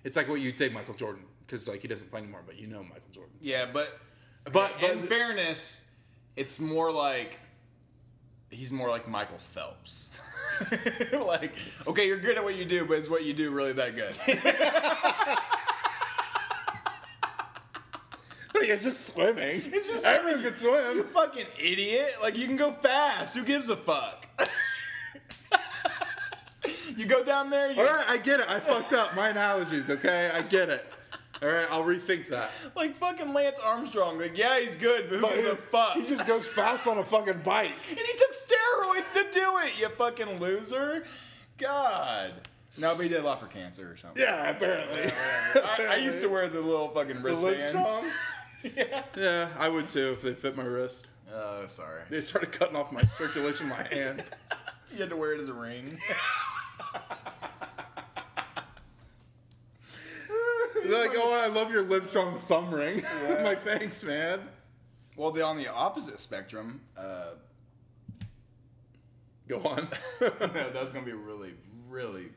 [SPEAKER 2] It's like what you'd say Michael Jordan, because, like, he doesn't play anymore, but you know Michael Jordan.
[SPEAKER 1] Yeah, but
[SPEAKER 2] But-
[SPEAKER 1] okay, in
[SPEAKER 2] but-
[SPEAKER 1] fairness, it's more like he's more like Michael Phelps. like, okay, you're good at what you do, but is what you do really that good?
[SPEAKER 2] Like, it's just swimming.
[SPEAKER 1] It's just-
[SPEAKER 2] everyone can
[SPEAKER 1] you
[SPEAKER 2] swim.
[SPEAKER 1] fucking idiot! Like, you can go fast. Who gives a fuck? you go down there. You,
[SPEAKER 2] All right, I get it. I fucked up my analogies, okay? I get it. All right, I'll rethink that.
[SPEAKER 1] Like fucking Lance Armstrong. Like, yeah, he's good, but who gives a fuck?
[SPEAKER 2] He just goes fast on a fucking bike.
[SPEAKER 1] and he took steroids to do it. You fucking loser. God. No, but he did a lot for cancer or something.
[SPEAKER 2] Yeah, apparently.
[SPEAKER 1] I, I used to wear the little fucking
[SPEAKER 2] the
[SPEAKER 1] wristband.
[SPEAKER 2] lip strong.
[SPEAKER 1] yeah.
[SPEAKER 2] Yeah, I would too if they fit my wrist.
[SPEAKER 1] Oh, sorry.
[SPEAKER 2] They started cutting off my circulation in my hand.
[SPEAKER 1] You had to wear it as a ring.
[SPEAKER 2] They're like, oh, I love your lip strong thumb ring. I'm like, thanks, man.
[SPEAKER 1] well, the, on the opposite spectrum, uh,
[SPEAKER 2] Go on.
[SPEAKER 1] that's gonna be a really, really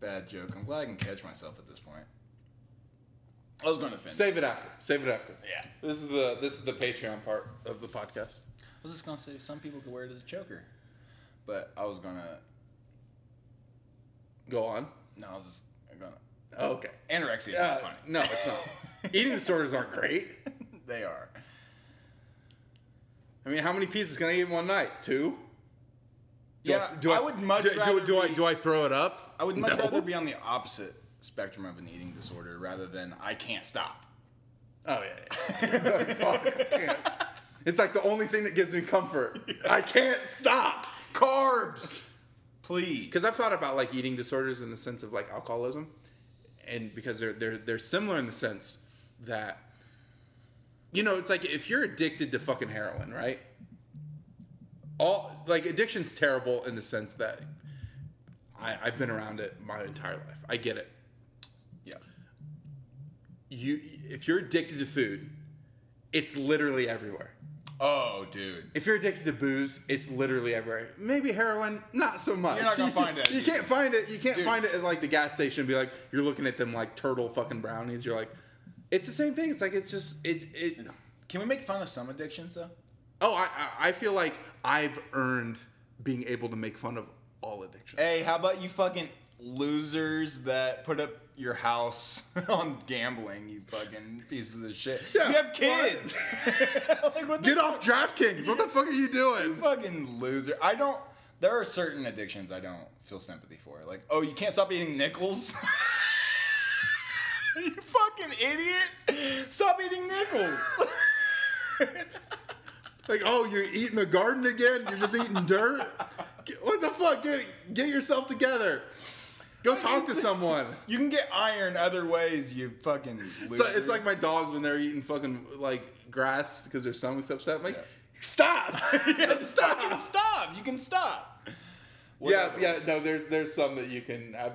[SPEAKER 1] bad joke. I'm glad I can catch myself at this point. I was gonna finish.
[SPEAKER 2] Save it after. Save it after.
[SPEAKER 1] Yeah.
[SPEAKER 2] This is the this is the Patreon part of the podcast.
[SPEAKER 1] I was just gonna say some people could wear it as a choker, but I was gonna.
[SPEAKER 2] Go on. Oh,
[SPEAKER 1] No, I was just gonna.
[SPEAKER 2] Okay.
[SPEAKER 1] Anorexia is
[SPEAKER 2] Uh,
[SPEAKER 1] not funny.
[SPEAKER 2] no, it's not. Eating disorders aren't great.
[SPEAKER 1] They are.
[SPEAKER 2] I mean, how many pizzas can I eat in one night? Two. Do
[SPEAKER 1] yeah,
[SPEAKER 2] do
[SPEAKER 1] I, would much
[SPEAKER 2] do, do-
[SPEAKER 1] rather.
[SPEAKER 2] do I
[SPEAKER 1] be-
[SPEAKER 2] do I throw it up?
[SPEAKER 1] I would much
[SPEAKER 2] No.
[SPEAKER 1] rather be on the opposite spectrum of an eating disorder rather than I can't stop.
[SPEAKER 2] Oh yeah. yeah. Fuck, I can't. It's like the only thing that gives me comfort. I can't stop
[SPEAKER 1] Carbs, please.
[SPEAKER 2] because I've thought about like eating disorders in the sense of like alcoholism, and because they're they're they're similar in the sense that you know it's like if you're addicted to fucking heroin, right? All like addiction's terrible in the sense that I, I've been around it my entire life. I get it.
[SPEAKER 1] Yeah.
[SPEAKER 2] You if you're addicted to food, it's literally everywhere.
[SPEAKER 1] Oh, dude.
[SPEAKER 2] If you're addicted to booze, it's literally everywhere. Maybe heroin, not so much.
[SPEAKER 1] You're not gonna
[SPEAKER 2] You-
[SPEAKER 1] find it.
[SPEAKER 2] You can't find it. You can't
[SPEAKER 1] Dude.
[SPEAKER 2] find it at like the gas station. And be like, you're looking at them like turtle fucking brownies. You're like, it's the same thing. It's like it's just it. it
[SPEAKER 1] Can we make fun of some addictions though?
[SPEAKER 2] oh, I I- I feel like I've earned being able to make fun of all addiction.
[SPEAKER 1] Hey, how about you fucking losers that put up your house on gambling? You fucking pieces of shit.
[SPEAKER 2] Yeah,
[SPEAKER 1] you have kids. like what the
[SPEAKER 2] Get off DraftKings. What the fuck are you doing?
[SPEAKER 1] fucking loser? I don't. There are certain addictions I don't feel sympathy for. Like, oh, you can't stop eating nickels. you fucking idiot! Stop eating nickels.
[SPEAKER 2] Like, oh, you're eating the garden again. You're just eating dirt. Get- What the fuck? Get get yourself together. Go talk to someone.
[SPEAKER 1] you can get iron other ways. You fucking
[SPEAKER 2] It's
[SPEAKER 1] loser.
[SPEAKER 2] like, it's like my dogs when they're eating fucking like grass because their stomach's upset. I'm like,
[SPEAKER 1] Yeah.
[SPEAKER 2] stop,
[SPEAKER 1] Yes, fucking
[SPEAKER 2] stop.
[SPEAKER 1] stop. You can stop.
[SPEAKER 2] Yeah,
[SPEAKER 1] Whatever.
[SPEAKER 2] yeah. No, there's there's some that you can. I,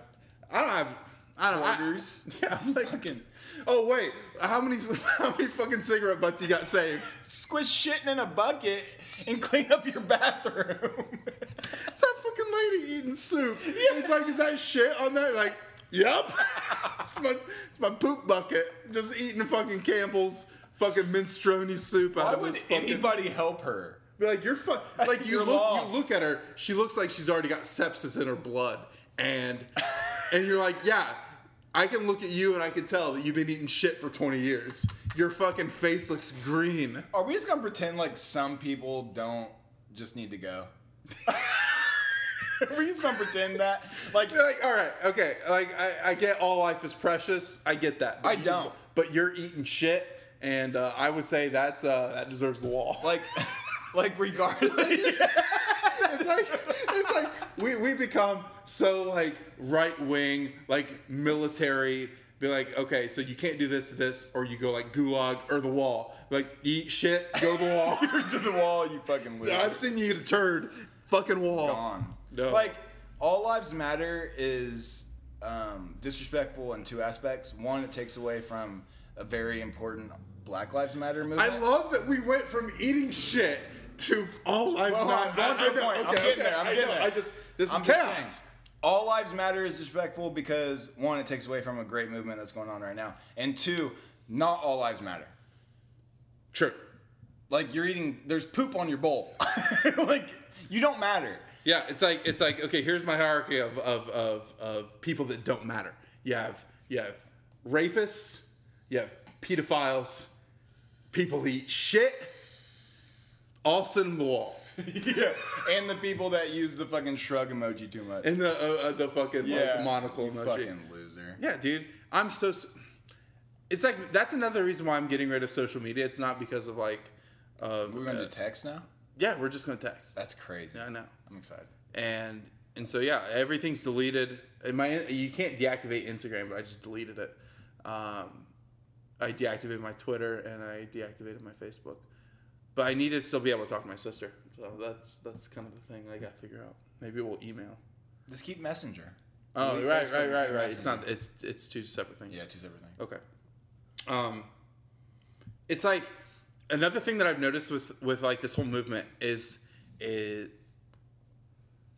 [SPEAKER 2] I don't have. I don't. I-
[SPEAKER 1] Orders.
[SPEAKER 2] yeah, I'm like,
[SPEAKER 1] Fucking
[SPEAKER 2] oh wait, how many how many fucking cigarette butts you got saved?
[SPEAKER 1] squish shitting in a bucket and clean up your bathroom.
[SPEAKER 2] It's that fucking lady eating soup. It's like, is that shit on there? Like, yep. it's, my, it's my poop bucket. Just eating fucking Campbell's fucking minestrone soup out
[SPEAKER 1] Why
[SPEAKER 2] of
[SPEAKER 1] would
[SPEAKER 2] this fucking.
[SPEAKER 1] anybody help her?
[SPEAKER 2] Be like you're fuck. Like you
[SPEAKER 1] You're
[SPEAKER 2] look,
[SPEAKER 1] lost.
[SPEAKER 2] you look at her. She looks like she's already got sepsis in her blood, and and you're like, yeah, I can look at you and I can tell that you've been eating shit for 20 years. Your fucking face looks green.
[SPEAKER 1] Are we just gonna pretend like some people don't just need to go? Are we just gonna pretend that? Like,
[SPEAKER 2] You're like, all right, okay. Like, I, I get all life is precious. I get that. But
[SPEAKER 1] I
[SPEAKER 2] you-
[SPEAKER 1] don't.
[SPEAKER 2] But you're eating shit, and uh, I would say that's uh, that deserves the wall.
[SPEAKER 1] like, like regardless.
[SPEAKER 2] it's like it's like we, we become so like right wing, like military. Be like, okay, so you can't do this, this, or you go like gulag or the wall. Like, eat shit, go to the wall.
[SPEAKER 1] You're to the wall, you fucking lose.
[SPEAKER 2] I've seen you eat a turd, fucking wall.
[SPEAKER 1] gone.
[SPEAKER 2] No.
[SPEAKER 1] Like all lives matter is um, disrespectful in two aspects. One, it takes away from a very important Black Lives Matter movement.
[SPEAKER 2] I love that we went from eating shit to oh, all lives
[SPEAKER 1] Well,
[SPEAKER 2] matter.
[SPEAKER 1] I'm going to
[SPEAKER 2] I- I
[SPEAKER 1] the
[SPEAKER 2] know,
[SPEAKER 1] point. I'm getting there, I'm
[SPEAKER 2] I
[SPEAKER 1] getting
[SPEAKER 2] know,
[SPEAKER 1] there.
[SPEAKER 2] I just this
[SPEAKER 1] I'm
[SPEAKER 2] is
[SPEAKER 1] just saying,
[SPEAKER 2] chaos.
[SPEAKER 1] All lives matter is disrespectful because one, it takes away from a great movement that's going on right now, and two, not all lives matter.
[SPEAKER 2] True.
[SPEAKER 1] Like you're eating, there's poop on your bowl. like you don't matter.
[SPEAKER 2] Yeah, it's like it's like okay, here's my hierarchy of of of, of people that don't matter. You have you have rapists, you have pedophiles, people that eat shit, all sit in the wall.
[SPEAKER 1] yeah. And the people that use the fucking shrug emoji too much.
[SPEAKER 2] And the uh, uh, the fucking
[SPEAKER 1] yeah.
[SPEAKER 2] like, monocle
[SPEAKER 1] you
[SPEAKER 2] emoji.
[SPEAKER 1] Fucking loser.
[SPEAKER 2] Yeah, dude. I'm so. s- It's like that's another reason why I'm getting rid of social media. It's not because of like. Uh,
[SPEAKER 1] We're gonna
[SPEAKER 2] uh,
[SPEAKER 1] do text now.
[SPEAKER 2] yeah, we're just gonna text.
[SPEAKER 1] That's crazy.
[SPEAKER 2] I know.
[SPEAKER 1] I'm excited.
[SPEAKER 2] And and so yeah, everything's deleted. And my you can't deactivate Instagram, but I just deleted it. Um, I deactivated my Twitter and I deactivated my Facebook. But I need to still be able to talk to my sister. So that's that's kind of the thing I got to figure out. Maybe we'll email.
[SPEAKER 1] Just keep Messenger.
[SPEAKER 2] Oh,
[SPEAKER 1] Delete
[SPEAKER 2] right,
[SPEAKER 1] Facebook
[SPEAKER 2] right,
[SPEAKER 1] and
[SPEAKER 2] right, right. It's
[SPEAKER 1] Messenger.
[SPEAKER 2] not. It's it's two separate things.
[SPEAKER 1] Yeah, two separate things.
[SPEAKER 2] Okay. Um, it's like another thing that I've noticed with with like this whole movement is is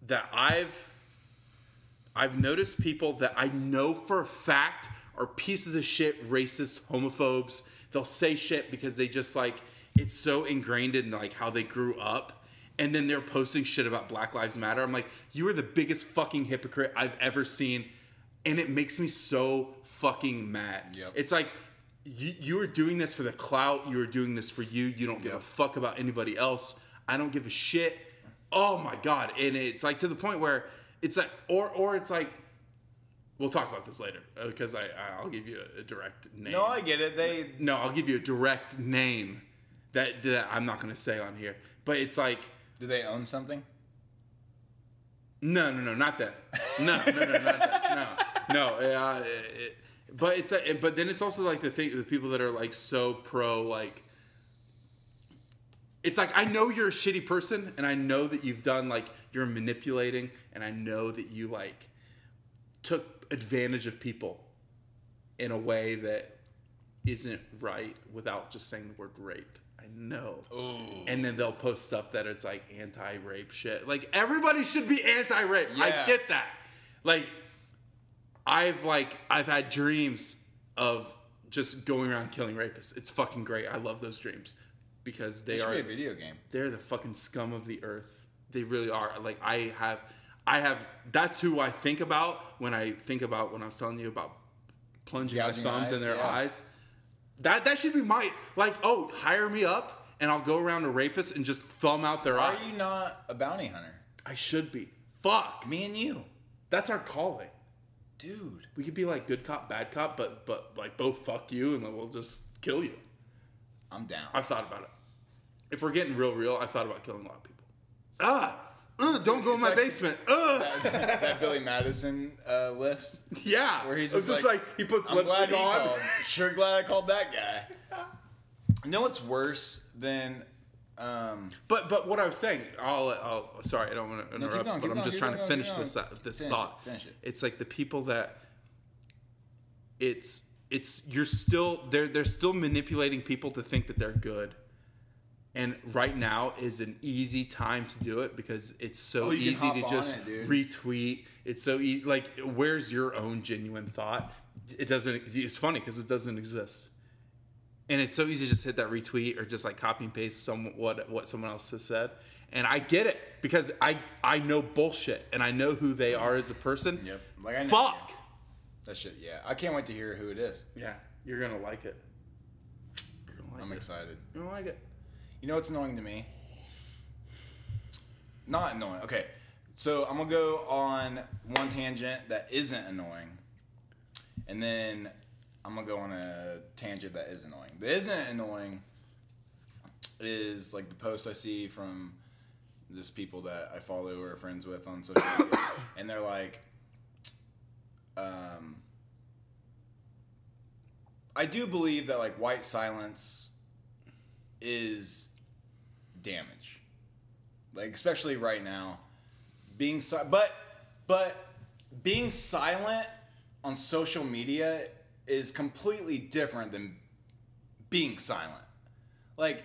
[SPEAKER 2] that I've I've noticed people that I know for a fact are pieces of shit, racist, homophobes. They'll say shit because they just like it's so ingrained in like how they grew up. And then they're posting shit about Black Lives Matter. I'm like, you are the biggest fucking hypocrite I've ever seen. And it makes me so fucking mad.
[SPEAKER 1] Yep.
[SPEAKER 2] It's like you, you are doing this for the clout. You are doing this for you. You don't give a
[SPEAKER 1] Yep.
[SPEAKER 2] fuck about anybody else. I don't give a shit. Oh my god! And it's like to the point where it's like, or or it's like, we'll talk about this later because I I'll give you a, a direct name.
[SPEAKER 1] No, I get it. They
[SPEAKER 2] No, I'll give you a direct name that that I'm not gonna say on here. But it's like,
[SPEAKER 1] do they own something?
[SPEAKER 2] no, no, no, not that. No, no, no, not that. No, no. Uh, it, but it's a, but then it's also like the thing the people that are like so pro like. It's like I know you're a shitty person, and I know that you've done like you're manipulating, and I know that you like took advantage of people in a way that isn't right without just saying the word rape. I know. And then they'll post stuff that it's like anti-rape shit. Like everybody should be anti-rape. I
[SPEAKER 1] Yeah.
[SPEAKER 2] get that. Like I've like I've had dreams of just going around killing rapists. It's fucking great. I love those dreams because they
[SPEAKER 1] It should
[SPEAKER 2] are
[SPEAKER 1] be a video game.
[SPEAKER 2] they're the fucking scum of the earth. They really are. Like I have, I have. That's who I think about when I think about when I was telling you about plunging
[SPEAKER 1] Gouging
[SPEAKER 2] my thumbs in
[SPEAKER 1] eyes,
[SPEAKER 2] their
[SPEAKER 1] yeah.
[SPEAKER 2] eyes. That that should be my like. Oh, hire me up, and I'll go around to rapists and just thumb out their
[SPEAKER 1] Are
[SPEAKER 2] eyes.
[SPEAKER 1] you not a bounty hunter?
[SPEAKER 2] I should be. Fuck.
[SPEAKER 1] Me and you,
[SPEAKER 2] That's our calling.
[SPEAKER 1] dude.
[SPEAKER 2] We could be like good cop, bad cop, but but like both fuck you, and then we'll just kill you.
[SPEAKER 1] I'm down.
[SPEAKER 2] I've thought about it. If we're getting real, real, I've thought about killing a lot of people. Ah, ugh, don't go in
[SPEAKER 1] It's
[SPEAKER 2] my
[SPEAKER 1] like-
[SPEAKER 2] basement. Uh, Ugh.
[SPEAKER 1] that Billy Madison uh, list,
[SPEAKER 2] Yeah,
[SPEAKER 1] where he's
[SPEAKER 2] It's
[SPEAKER 1] just like,
[SPEAKER 2] he puts
[SPEAKER 1] I'm glad
[SPEAKER 2] lipstick
[SPEAKER 1] he
[SPEAKER 2] on.
[SPEAKER 1] called. Sure, glad I called that guy. You know what's worse than? Um,
[SPEAKER 2] But but what I was saying, I'll, I'll sorry, I don't want to
[SPEAKER 1] going,
[SPEAKER 2] interrupt, but
[SPEAKER 1] keep
[SPEAKER 2] I'm
[SPEAKER 1] going,
[SPEAKER 2] just
[SPEAKER 1] keep
[SPEAKER 2] trying to
[SPEAKER 1] going, keep
[SPEAKER 2] finish
[SPEAKER 1] going.
[SPEAKER 2] this uh, this
[SPEAKER 1] Finish it,
[SPEAKER 2] thought.
[SPEAKER 1] finish it.
[SPEAKER 2] It's like the people that it's it's you're still they're they're still manipulating people to think that they're good. And right now is an easy time to do it because it's so
[SPEAKER 1] Oh, you can
[SPEAKER 2] easy
[SPEAKER 1] hop
[SPEAKER 2] to
[SPEAKER 1] on
[SPEAKER 2] just
[SPEAKER 1] it, dude.
[SPEAKER 2] retweet. It's so easy. Like, where's your own genuine thought? It doesn't. It's funny because it doesn't exist. and it's so easy to just hit that retweet or just like copy and paste some what what someone else has said and i get it because i i know bullshit and i know who they are as a person
[SPEAKER 1] Yep. Like, I know
[SPEAKER 2] fuck
[SPEAKER 1] That shit, yeah. I can't wait to hear who it is.
[SPEAKER 2] Yeah, you're gonna like it. You're gonna like
[SPEAKER 1] I'm
[SPEAKER 2] it.
[SPEAKER 1] excited.
[SPEAKER 2] You're gonna like it.
[SPEAKER 1] You know what's annoying to me? Not annoying. Okay. So I'm going to go on one tangent that isn't annoying. And then I'm going to go on a tangent that is annoying. That isn't annoying is like the posts I see from just people that I follow or are friends with on social media. and they're like, um, I do believe that like white silence is damage. Like especially right now, being si- but but being silent on social media is completely different than being silent. Like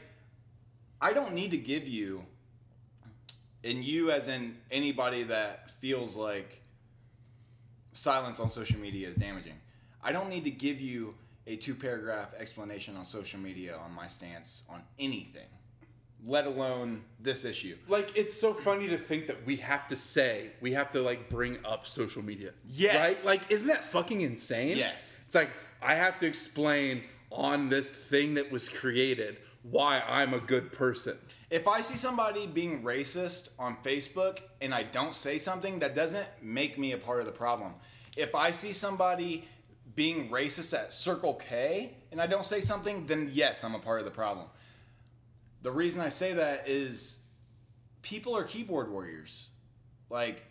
[SPEAKER 1] I don't need to give you and you as in anybody that feels like silence on social media is damaging. I don't need to give you a two paragraph explanation on social media on my stance on anything, let alone this issue.
[SPEAKER 2] Like it's so funny to think that we have to say we have to like bring up social media.
[SPEAKER 1] Yes.
[SPEAKER 2] Right? Like isn't that fucking insane?
[SPEAKER 1] Yes.
[SPEAKER 2] It's like I have to explain on this thing that was created why I'm a good person.
[SPEAKER 1] If I see somebody being racist on Facebook and I don't say something, that doesn't make me a part of the problem. If I see somebody being racist at Circle K and I don't say something, then yes, I'm a part of the problem. The reason I say that is people are keyboard warriors. Like,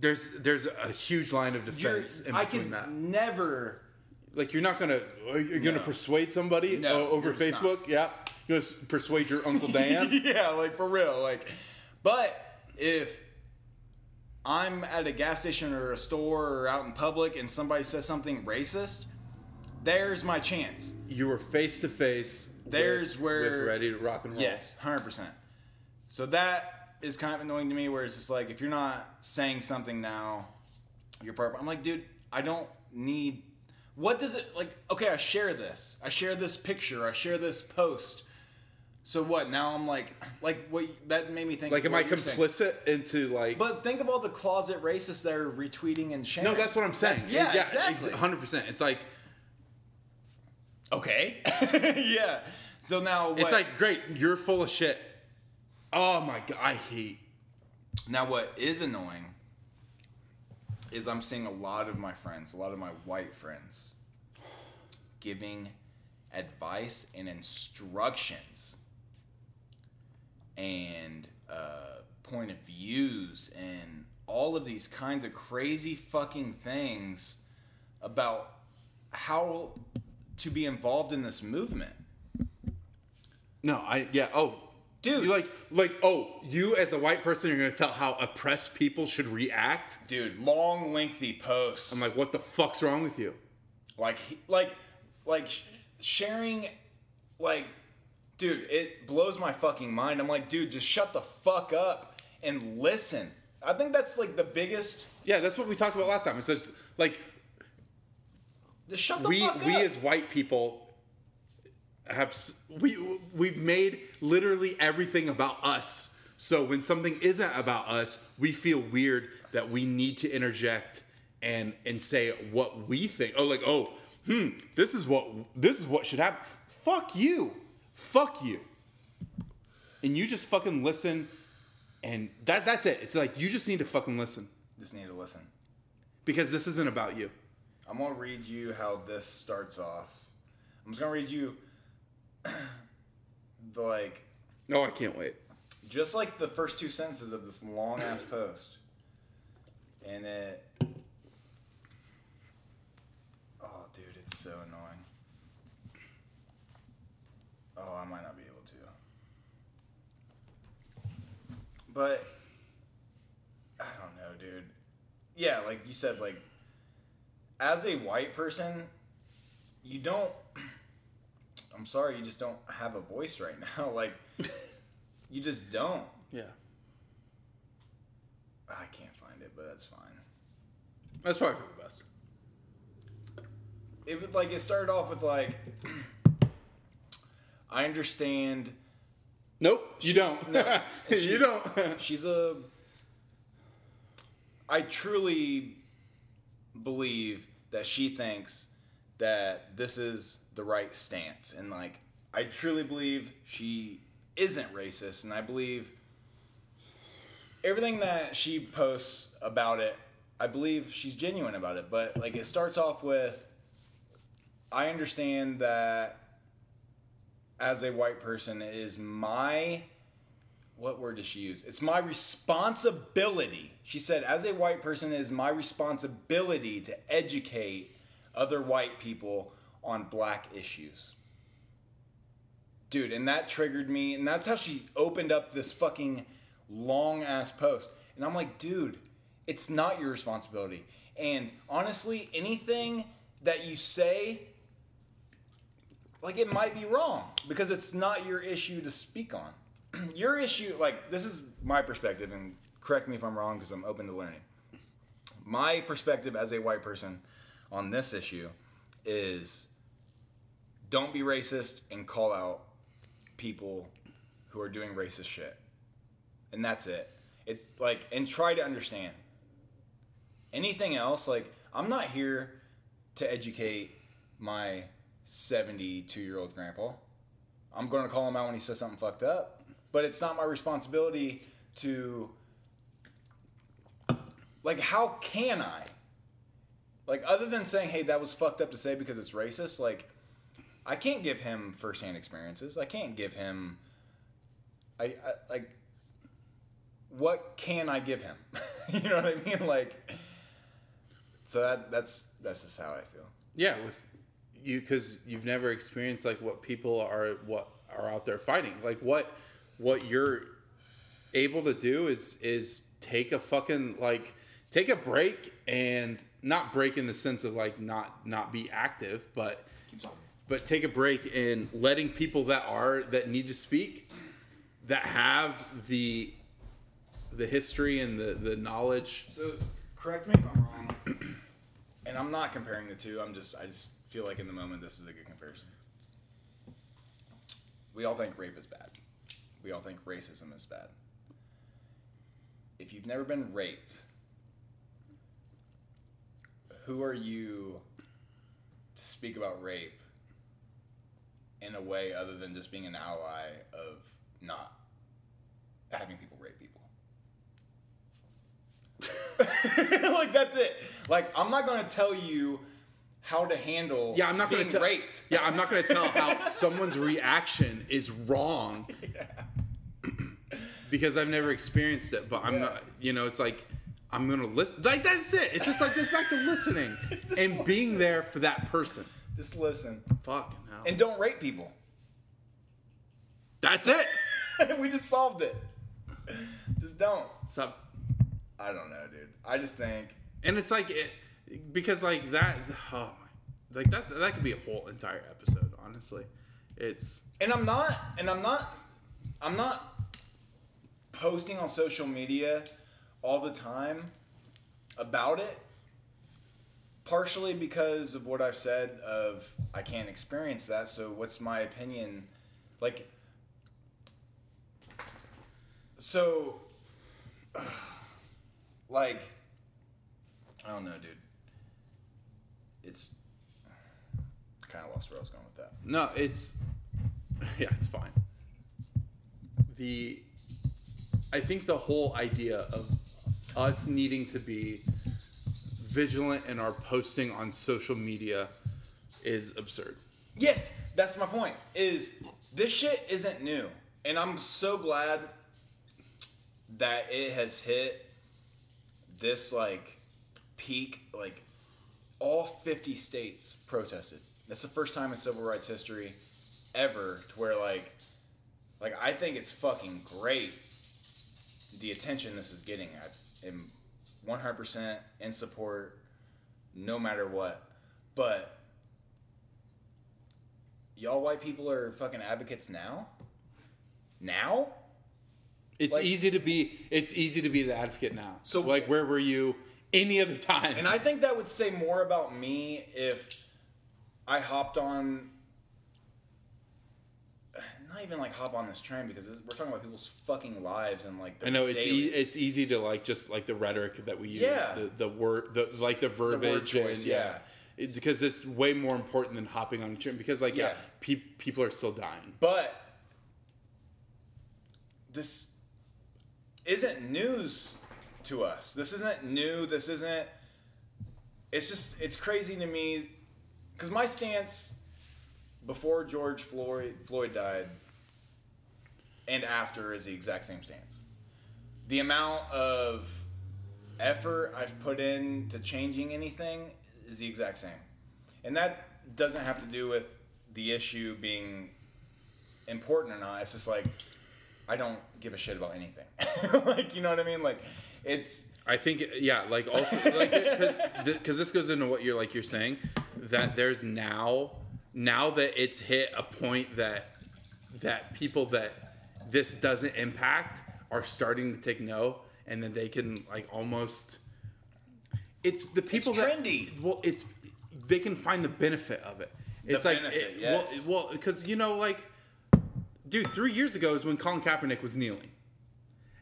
[SPEAKER 2] There's there's a huge line of
[SPEAKER 1] you're,
[SPEAKER 2] defense in
[SPEAKER 1] I
[SPEAKER 2] between
[SPEAKER 1] can
[SPEAKER 2] that.
[SPEAKER 1] never
[SPEAKER 2] Like you're not gonna are you gonna
[SPEAKER 1] No.
[SPEAKER 2] persuade somebody
[SPEAKER 1] No,
[SPEAKER 2] o- over
[SPEAKER 1] you're just not.
[SPEAKER 2] Facebook? Yeah, you're gonna s- persuade your uncle Dan.
[SPEAKER 1] yeah, like for real. Like, but if I'm at a gas station or a store or out in public and somebody says something racist, there's my chance.
[SPEAKER 2] you were face to face.
[SPEAKER 1] There's
[SPEAKER 2] with-
[SPEAKER 1] where-
[SPEAKER 2] with ready to rock and roll.
[SPEAKER 1] Yes, hundred percent. So that is kind of annoying to me, where it's just like if you're not saying something now, you're purple. I'm like, dude, I don't need. What does it like? Okay, I share this. I share this picture. I share this post. So what? Now I'm like, like what? That made me think.
[SPEAKER 2] Like,
[SPEAKER 1] of
[SPEAKER 2] am
[SPEAKER 1] what
[SPEAKER 2] I
[SPEAKER 1] you're saying.
[SPEAKER 2] complicit into like?
[SPEAKER 1] But think of all the closet racists that are retweeting and sharing.
[SPEAKER 2] no, that's what I'm saying.
[SPEAKER 1] That- yeah, exactly.
[SPEAKER 2] Hundred percent. It's like
[SPEAKER 1] Okay. yeah. So now what?
[SPEAKER 2] it's like great. You're full of shit. Oh my god, I hate.
[SPEAKER 1] Now, what is annoying is I'm seeing a lot of my friends, a lot of my white friends, giving advice and instructions and uh, point of views and all of these kinds of crazy fucking things about how to be involved in this movement.
[SPEAKER 2] No, I yeah. Oh,
[SPEAKER 1] Dude.
[SPEAKER 2] you like like oh, you as a white person, you're gonna tell how oppressed people should react.
[SPEAKER 1] Dude, long, lengthy posts.
[SPEAKER 2] I'm like, what the fuck's wrong with you?
[SPEAKER 1] like he- like like sh- sharing like dude it blows my fucking mind i'm like dude just shut the fuck up and listen i think that's like the biggest
[SPEAKER 2] Yeah, that's what we talked about last time. It's just like
[SPEAKER 1] just shut the
[SPEAKER 2] we
[SPEAKER 1] fuck
[SPEAKER 2] we
[SPEAKER 1] up
[SPEAKER 2] as white people have s- we we've made literally everything about us. So when something isn't about us, we feel weird that we need to interject and and say what we think. Oh, like oh, hmm, this is what this is what should happen. F- Fuck you, fuck you, and you just fucking listen, and that that's it. It's like you just need to fucking listen
[SPEAKER 1] just need to listen
[SPEAKER 2] because this isn't about you.
[SPEAKER 1] i'm gonna read you how this starts off i'm just gonna read you the like
[SPEAKER 2] No, I can't wait.
[SPEAKER 1] just like the first two sentences of this long ass post. And it. Oh, dude, it's so annoying. Oh, I might not be able to. But. I don't know, dude. Yeah, like you said, like. As a white person, you don't. I'm sorry, you just don't have a voice right now. Like, you just don't.
[SPEAKER 2] Yeah.
[SPEAKER 1] I can't find it, but that's fine.
[SPEAKER 2] That's probably for the best.
[SPEAKER 1] It was like it started off with like, I understand
[SPEAKER 2] Nope, you don't.
[SPEAKER 1] no, and she-
[SPEAKER 2] you don't.
[SPEAKER 1] she's a. I truly believe that she thinks that this is the right stance. And like, I truly believe she isn't racist. And I believe everything that she posts about it, I believe she's genuine about it. But like, it starts off with I understand that as a white person, it is my what word does she use? It's my responsibility. She said, as a white person, it is my responsibility to educate other white people on black issues. Dude, and that triggered me. And that's how she opened up this fucking long ass post. And I'm like, dude, it's not your responsibility. And honestly, anything that you say, like it might be wrong because it's not your issue to speak on your issue like this is my perspective and correct me if i'm wrong because i'm open to learning my perspective as a white person on this issue is don't be racist and call out people who are doing racist shit and that's it it's like and try to understand anything else like i'm not here to educate my 72 year old grandpa i'm going to call him out when he says something fucked up but it's not my responsibility to like how can i like other than saying hey that was fucked up to say because it's racist like i can't give him firsthand experiences i can't give him i, I like what can i give him you know what i mean like so that that's that's just how i feel
[SPEAKER 2] Yeah, with you because you've never experienced like what people are what are out there fighting. Like what what you're able to do is is take a fucking like take a break and not break in the sense of like not not be active, but but take a break and letting people that are that need to speak that have the the history and the the knowledge
[SPEAKER 1] So, correct me if I'm wrong. and I'm not comparing the two. I'm just I just feel like in the moment this is a good comparison. We all think rape is bad. We all think racism is bad. If you've never been raped, who are you to speak about rape in a way other than just being an ally of not having people rape people? like that's it. Like I'm not gonna tell you how to handle.
[SPEAKER 2] Yeah, I'm not going
[SPEAKER 1] being
[SPEAKER 2] to tell.
[SPEAKER 1] raped.
[SPEAKER 2] Yeah, I'm not going to tell how someone's reaction is wrong because I've never experienced it. But I'm
[SPEAKER 1] Yeah.
[SPEAKER 2] not. You know, it's like I'm going to listen. Like that's it. It's just like goes back to listening
[SPEAKER 1] Just
[SPEAKER 2] and being there for that person.
[SPEAKER 1] Just listen
[SPEAKER 2] Fucking hell.
[SPEAKER 1] and don't rape people.
[SPEAKER 2] that's it.
[SPEAKER 1] we just solved it. Just don't.
[SPEAKER 2] Stop.
[SPEAKER 1] I don't know, dude. I just think
[SPEAKER 2] And it's like it because like that. Oh my. Like that. That could be a whole entire episode. Honestly, it's
[SPEAKER 1] and I'm not and I'm not I'm not posting on social media all the time about it partially because of what I've said of I can't experience that so what's my opinion like so like I don't know dude it's kind of lost where I was going with that
[SPEAKER 2] No, it's yeah, it's fine. The I think the whole idea of us needing to be vigilant in our posting on social media is absurd.
[SPEAKER 1] Yes, that's my point. Is this shit isn't new, and I'm so glad that it has hit this like peak. Like all 50 states protested. That's the first time in civil rights history ever to where like, like I think it's fucking great the attention this is getting. I am 100% in support, no matter what. But y'all white people are fucking advocates now? Now?
[SPEAKER 2] It's
[SPEAKER 1] Like-
[SPEAKER 2] easy to be it's easy to be the advocate now.
[SPEAKER 1] So-
[SPEAKER 2] So like where were you any other time?
[SPEAKER 1] And I think that would say more about me if I hopped on. Not even like hop on this train because this, we're talking about people's fucking lives and like their
[SPEAKER 2] I know it's
[SPEAKER 1] daily-
[SPEAKER 2] e- it's easy to like just like the rhetoric that we use,
[SPEAKER 1] Yeah.
[SPEAKER 2] the, the word, the like the verbiage,
[SPEAKER 1] choice,
[SPEAKER 2] and,
[SPEAKER 1] yeah.
[SPEAKER 2] It's because it's way more important than hopping on a train. Because like yeah,
[SPEAKER 1] Yeah.
[SPEAKER 2] pe- people are still dying.
[SPEAKER 1] But this isn't news to us. This isn't new. This isn't. It's just it's crazy to me because my stance before George Floyd Floyd died and after is the exact same stance. The amount of effort I've put in to changing anything is the exact same. And that doesn't have to do with the issue being important or not. It's just like I don't give a shit about anything. like you know what I mean? Like it's
[SPEAKER 2] I think yeah, like also like because this goes into what you're like you're saying that there's now now that it's hit a point that that people that this doesn't impact are starting to take no and then they can like almost it's the people that
[SPEAKER 1] trendy.
[SPEAKER 2] well it's they can find the benefit of it it's like
[SPEAKER 1] benefit,
[SPEAKER 2] it-
[SPEAKER 1] yes.
[SPEAKER 2] well because you know like dude three years ago is when Colin Kaepernick was kneeling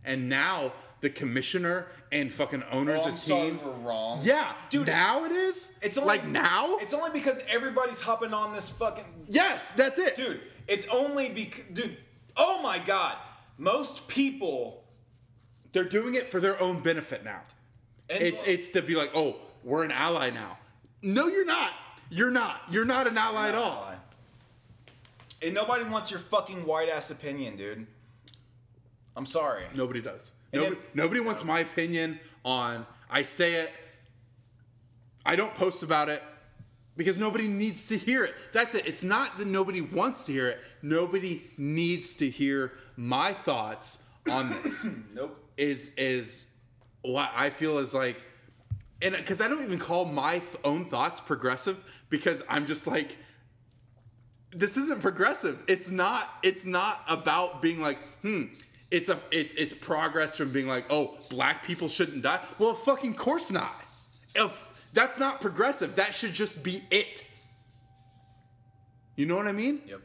[SPEAKER 2] and now the commissioner and fucking owners
[SPEAKER 1] oh, I'm
[SPEAKER 2] of
[SPEAKER 1] sorry
[SPEAKER 2] teams
[SPEAKER 1] we're wrong.
[SPEAKER 2] yeah
[SPEAKER 1] Dude,
[SPEAKER 2] dude now it is
[SPEAKER 1] It's only,
[SPEAKER 2] like now
[SPEAKER 1] It's only because everybody's hopping on this fucking
[SPEAKER 2] yes that's it
[SPEAKER 1] dude. It's only because dude. Oh my god. Most people.
[SPEAKER 2] they're doing it for their own benefit now
[SPEAKER 1] And
[SPEAKER 2] it's it's to be like oh we're an ally now no you're not you're not you're not an ally at all
[SPEAKER 1] And nobody wants your fucking white ass opinion, dude. I'm sorry.
[SPEAKER 2] Nobody does.
[SPEAKER 1] And
[SPEAKER 2] Nobody,
[SPEAKER 1] then-
[SPEAKER 2] nobody wants my opinion on. I say it. I don't post about it because nobody needs to hear it. That's it. It's not that nobody wants to hear it. Nobody needs to hear my thoughts on this.
[SPEAKER 1] Nope.
[SPEAKER 2] is is what I feel is like, and because I don't even call my th- own thoughts progressive because I'm just like, this isn't progressive. It's not. It's not about being like, hmm. It's a. It's it's progress from being like, oh, black people shouldn't die. Well, of fucking course not. If that's not progressive, that should just be it. You know what I mean?
[SPEAKER 1] Yep.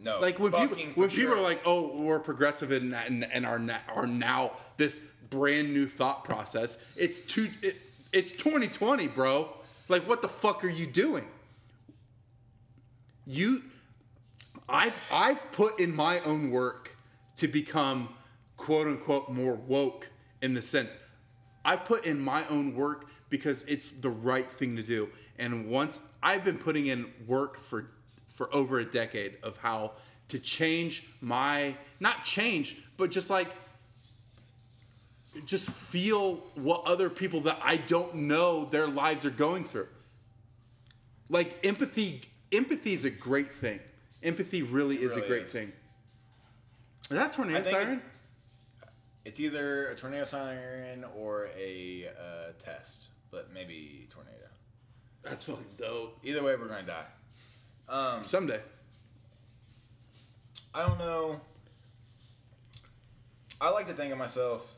[SPEAKER 1] No.
[SPEAKER 2] like when people
[SPEAKER 1] fucking
[SPEAKER 2] when
[SPEAKER 1] for
[SPEAKER 2] people are
[SPEAKER 1] sure.
[SPEAKER 2] like, "Oh, we're progressive and and, and are na- are now this brand new thought process." It's two. It, it's 2020, bro. Like, what the fuck are you doing? You, I've I've put in my own work to become quote unquote more woke in the sense I put in my own work because it's the right thing to do. And once I've been putting in work for for over a decade of how to change my not change, but just like just feel what other people that I don't know their lives are going through. Like empathy empathy is a great thing. Empathy really is a
[SPEAKER 1] really
[SPEAKER 2] great
[SPEAKER 1] is.
[SPEAKER 2] thing. Is that tornado
[SPEAKER 1] think it-
[SPEAKER 2] siren?
[SPEAKER 1] It's either a tornado siren or a uh, test, but maybe tornado.
[SPEAKER 2] That's fucking dope.
[SPEAKER 1] Either way, we're gonna die.
[SPEAKER 2] Someday.
[SPEAKER 1] I don't know. I like to think of myself.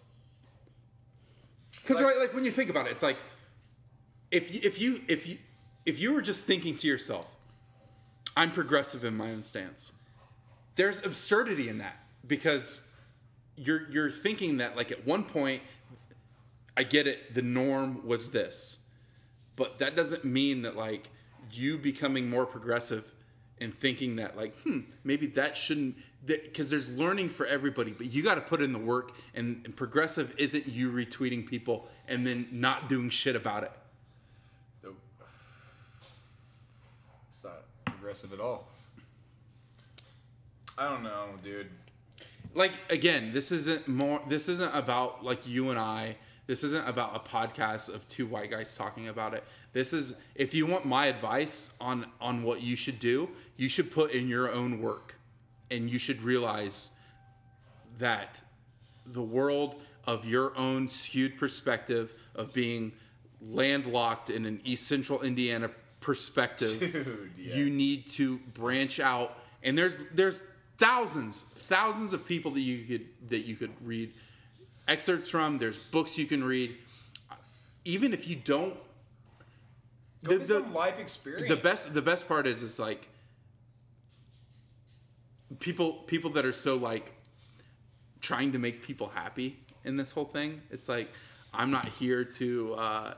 [SPEAKER 2] Because
[SPEAKER 1] Like-
[SPEAKER 2] right, like when you think about it, it's like if you, if you if you if you were just thinking to yourself, "I'm progressive in my own stance." There's absurdity in that because you're you're thinking that like at one point, I get it. The norm was this, but that doesn't mean that like you becoming more progressive and thinking that like hmm maybe that shouldn't because there's learning for everybody but you got to put in the work and, and progressive isn't you retweeting people and then not doing shit about it
[SPEAKER 1] Nope. It's not progressive at all. I don't know, dude.
[SPEAKER 2] like again this isn't more this isn't about like you and i this isn't about a podcast of two white guys talking about it this is if you want my advice on on what you should do you should put in your own work and you should realize that the world of your own skewed perspective of being landlocked in an east central indiana perspective
[SPEAKER 1] Dude, yes.
[SPEAKER 2] you need to branch out and there's there's thousands thousands of people that you could that you could read excerpts from there's books you can read even if you don't
[SPEAKER 1] Go
[SPEAKER 2] The-
[SPEAKER 1] get
[SPEAKER 2] the-
[SPEAKER 1] some life experience.
[SPEAKER 2] the best the best part is is like people people that are so like trying to make people happy in this whole thing it's like i'm not here to uh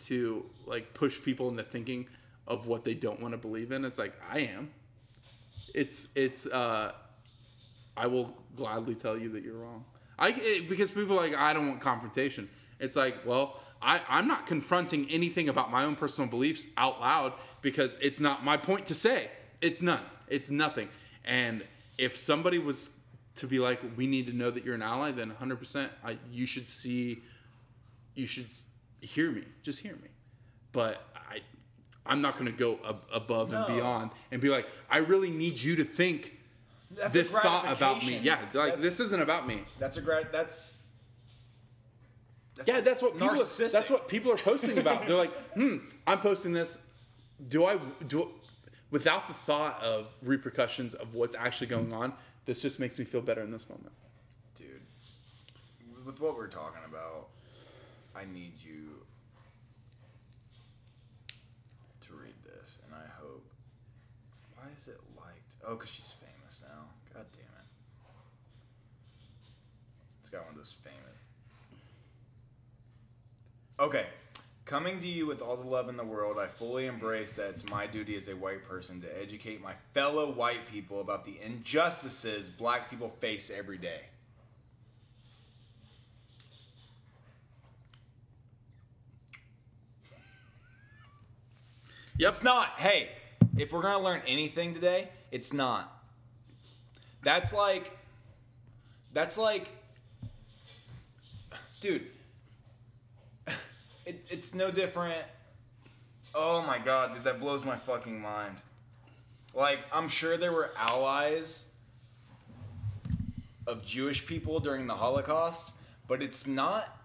[SPEAKER 2] to like push people into thinking of what they don't want to believe in. It's like I am. It's it's uh, I will gladly tell you that you're wrong. I it- because people are like I don't want confrontation. It's like well. I, I'm not confronting anything about my own personal beliefs out loud because it's not my point to say. It's none. It's nothing. And if somebody was to be like, we need to know that you're an ally, then 100% I, you should see you should s- hear me. Just hear me. But I, I'm not going to go ab- above and
[SPEAKER 3] No.
[SPEAKER 2] beyond and be like, I really need you to think
[SPEAKER 3] That's a
[SPEAKER 2] this thought about me.
[SPEAKER 3] gratification.
[SPEAKER 2] Yeah, like
[SPEAKER 3] That-
[SPEAKER 2] this isn't about me.
[SPEAKER 3] That's a grat. That's, that's
[SPEAKER 2] Yeah, that's what people.
[SPEAKER 3] narcissistic.
[SPEAKER 2] That's what people are posting about. They're like, hmm, I'm posting this. Do I do? Without the thought of repercussions of what's actually going on, this just makes me feel better in this moment.
[SPEAKER 3] dude.
[SPEAKER 1] With what we're talking about, I need you to read this, and I hope. Why is it liked? Oh, because she's famous now. God damn it. It's got one of those famous. Okay. Coming to you with all the love in the world, I fully embrace that it's my duty as a white person to educate my fellow white people about the injustices black people face every day.
[SPEAKER 2] Yep.
[SPEAKER 1] It's not. Hey, if we're gonna learn anything today, it's not. That's like, that's like, dude. It, it's no different. Oh my god, dude, that blows my fucking mind. Like, I'm sure there were allies of Jewish people during the Holocaust, but it's not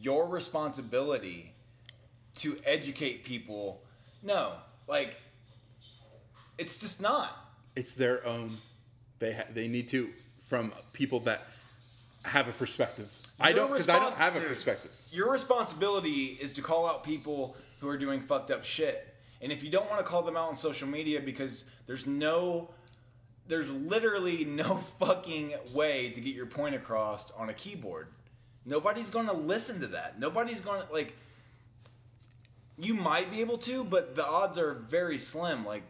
[SPEAKER 1] your responsibility to educate people. No, like it's just not.
[SPEAKER 2] it's their own. They ha- they need to from people that have a perspective. I
[SPEAKER 1] Your
[SPEAKER 2] don't because I
[SPEAKER 1] respons-
[SPEAKER 2] don't have a
[SPEAKER 1] dude,
[SPEAKER 2] perspective.
[SPEAKER 1] Your responsibility is to call out people who are doing fucked up shit. And if you don't want to call them out on social media because there's no there's literally no fucking way to get your point across on a keyboard. Nobody's going to listen to that. Nobody's going to like you might be able to, but the odds are very slim. Like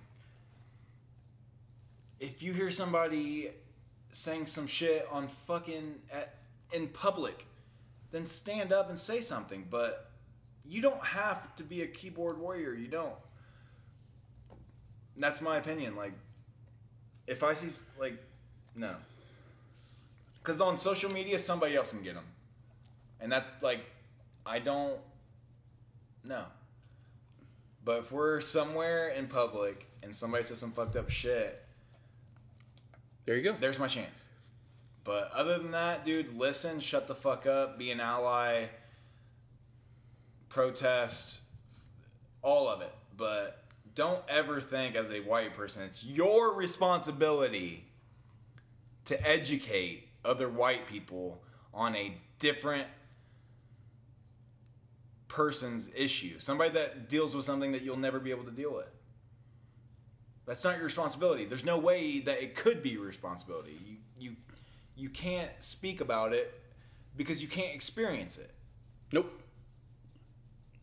[SPEAKER 1] if you hear somebody saying some shit on fucking at, in public, then stand up and say something. But you don't have to be a keyboard warrior. You don't. That's my opinion. Like, if I see s- like, no, because on social media somebody else can get them, and that like, I don't. No. But if we're somewhere in public and somebody says some fucked up shit,
[SPEAKER 2] There you go.
[SPEAKER 1] there's my chance. But other than that, dude, listen, shut the fuck up, be an ally, protest, all of it. But don't ever think as a white person it's your responsibility to educate other white people on a different person's issue. Somebody that deals with something that you'll never be able to deal with. That's not your responsibility. There's no way that it could be your responsibility. You you you can't speak about it because you can't experience it.
[SPEAKER 2] Nope.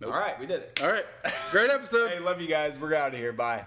[SPEAKER 1] All right, we did it.
[SPEAKER 2] All right. Great episode.
[SPEAKER 1] Hey, love you guys. We're out of here. Bye.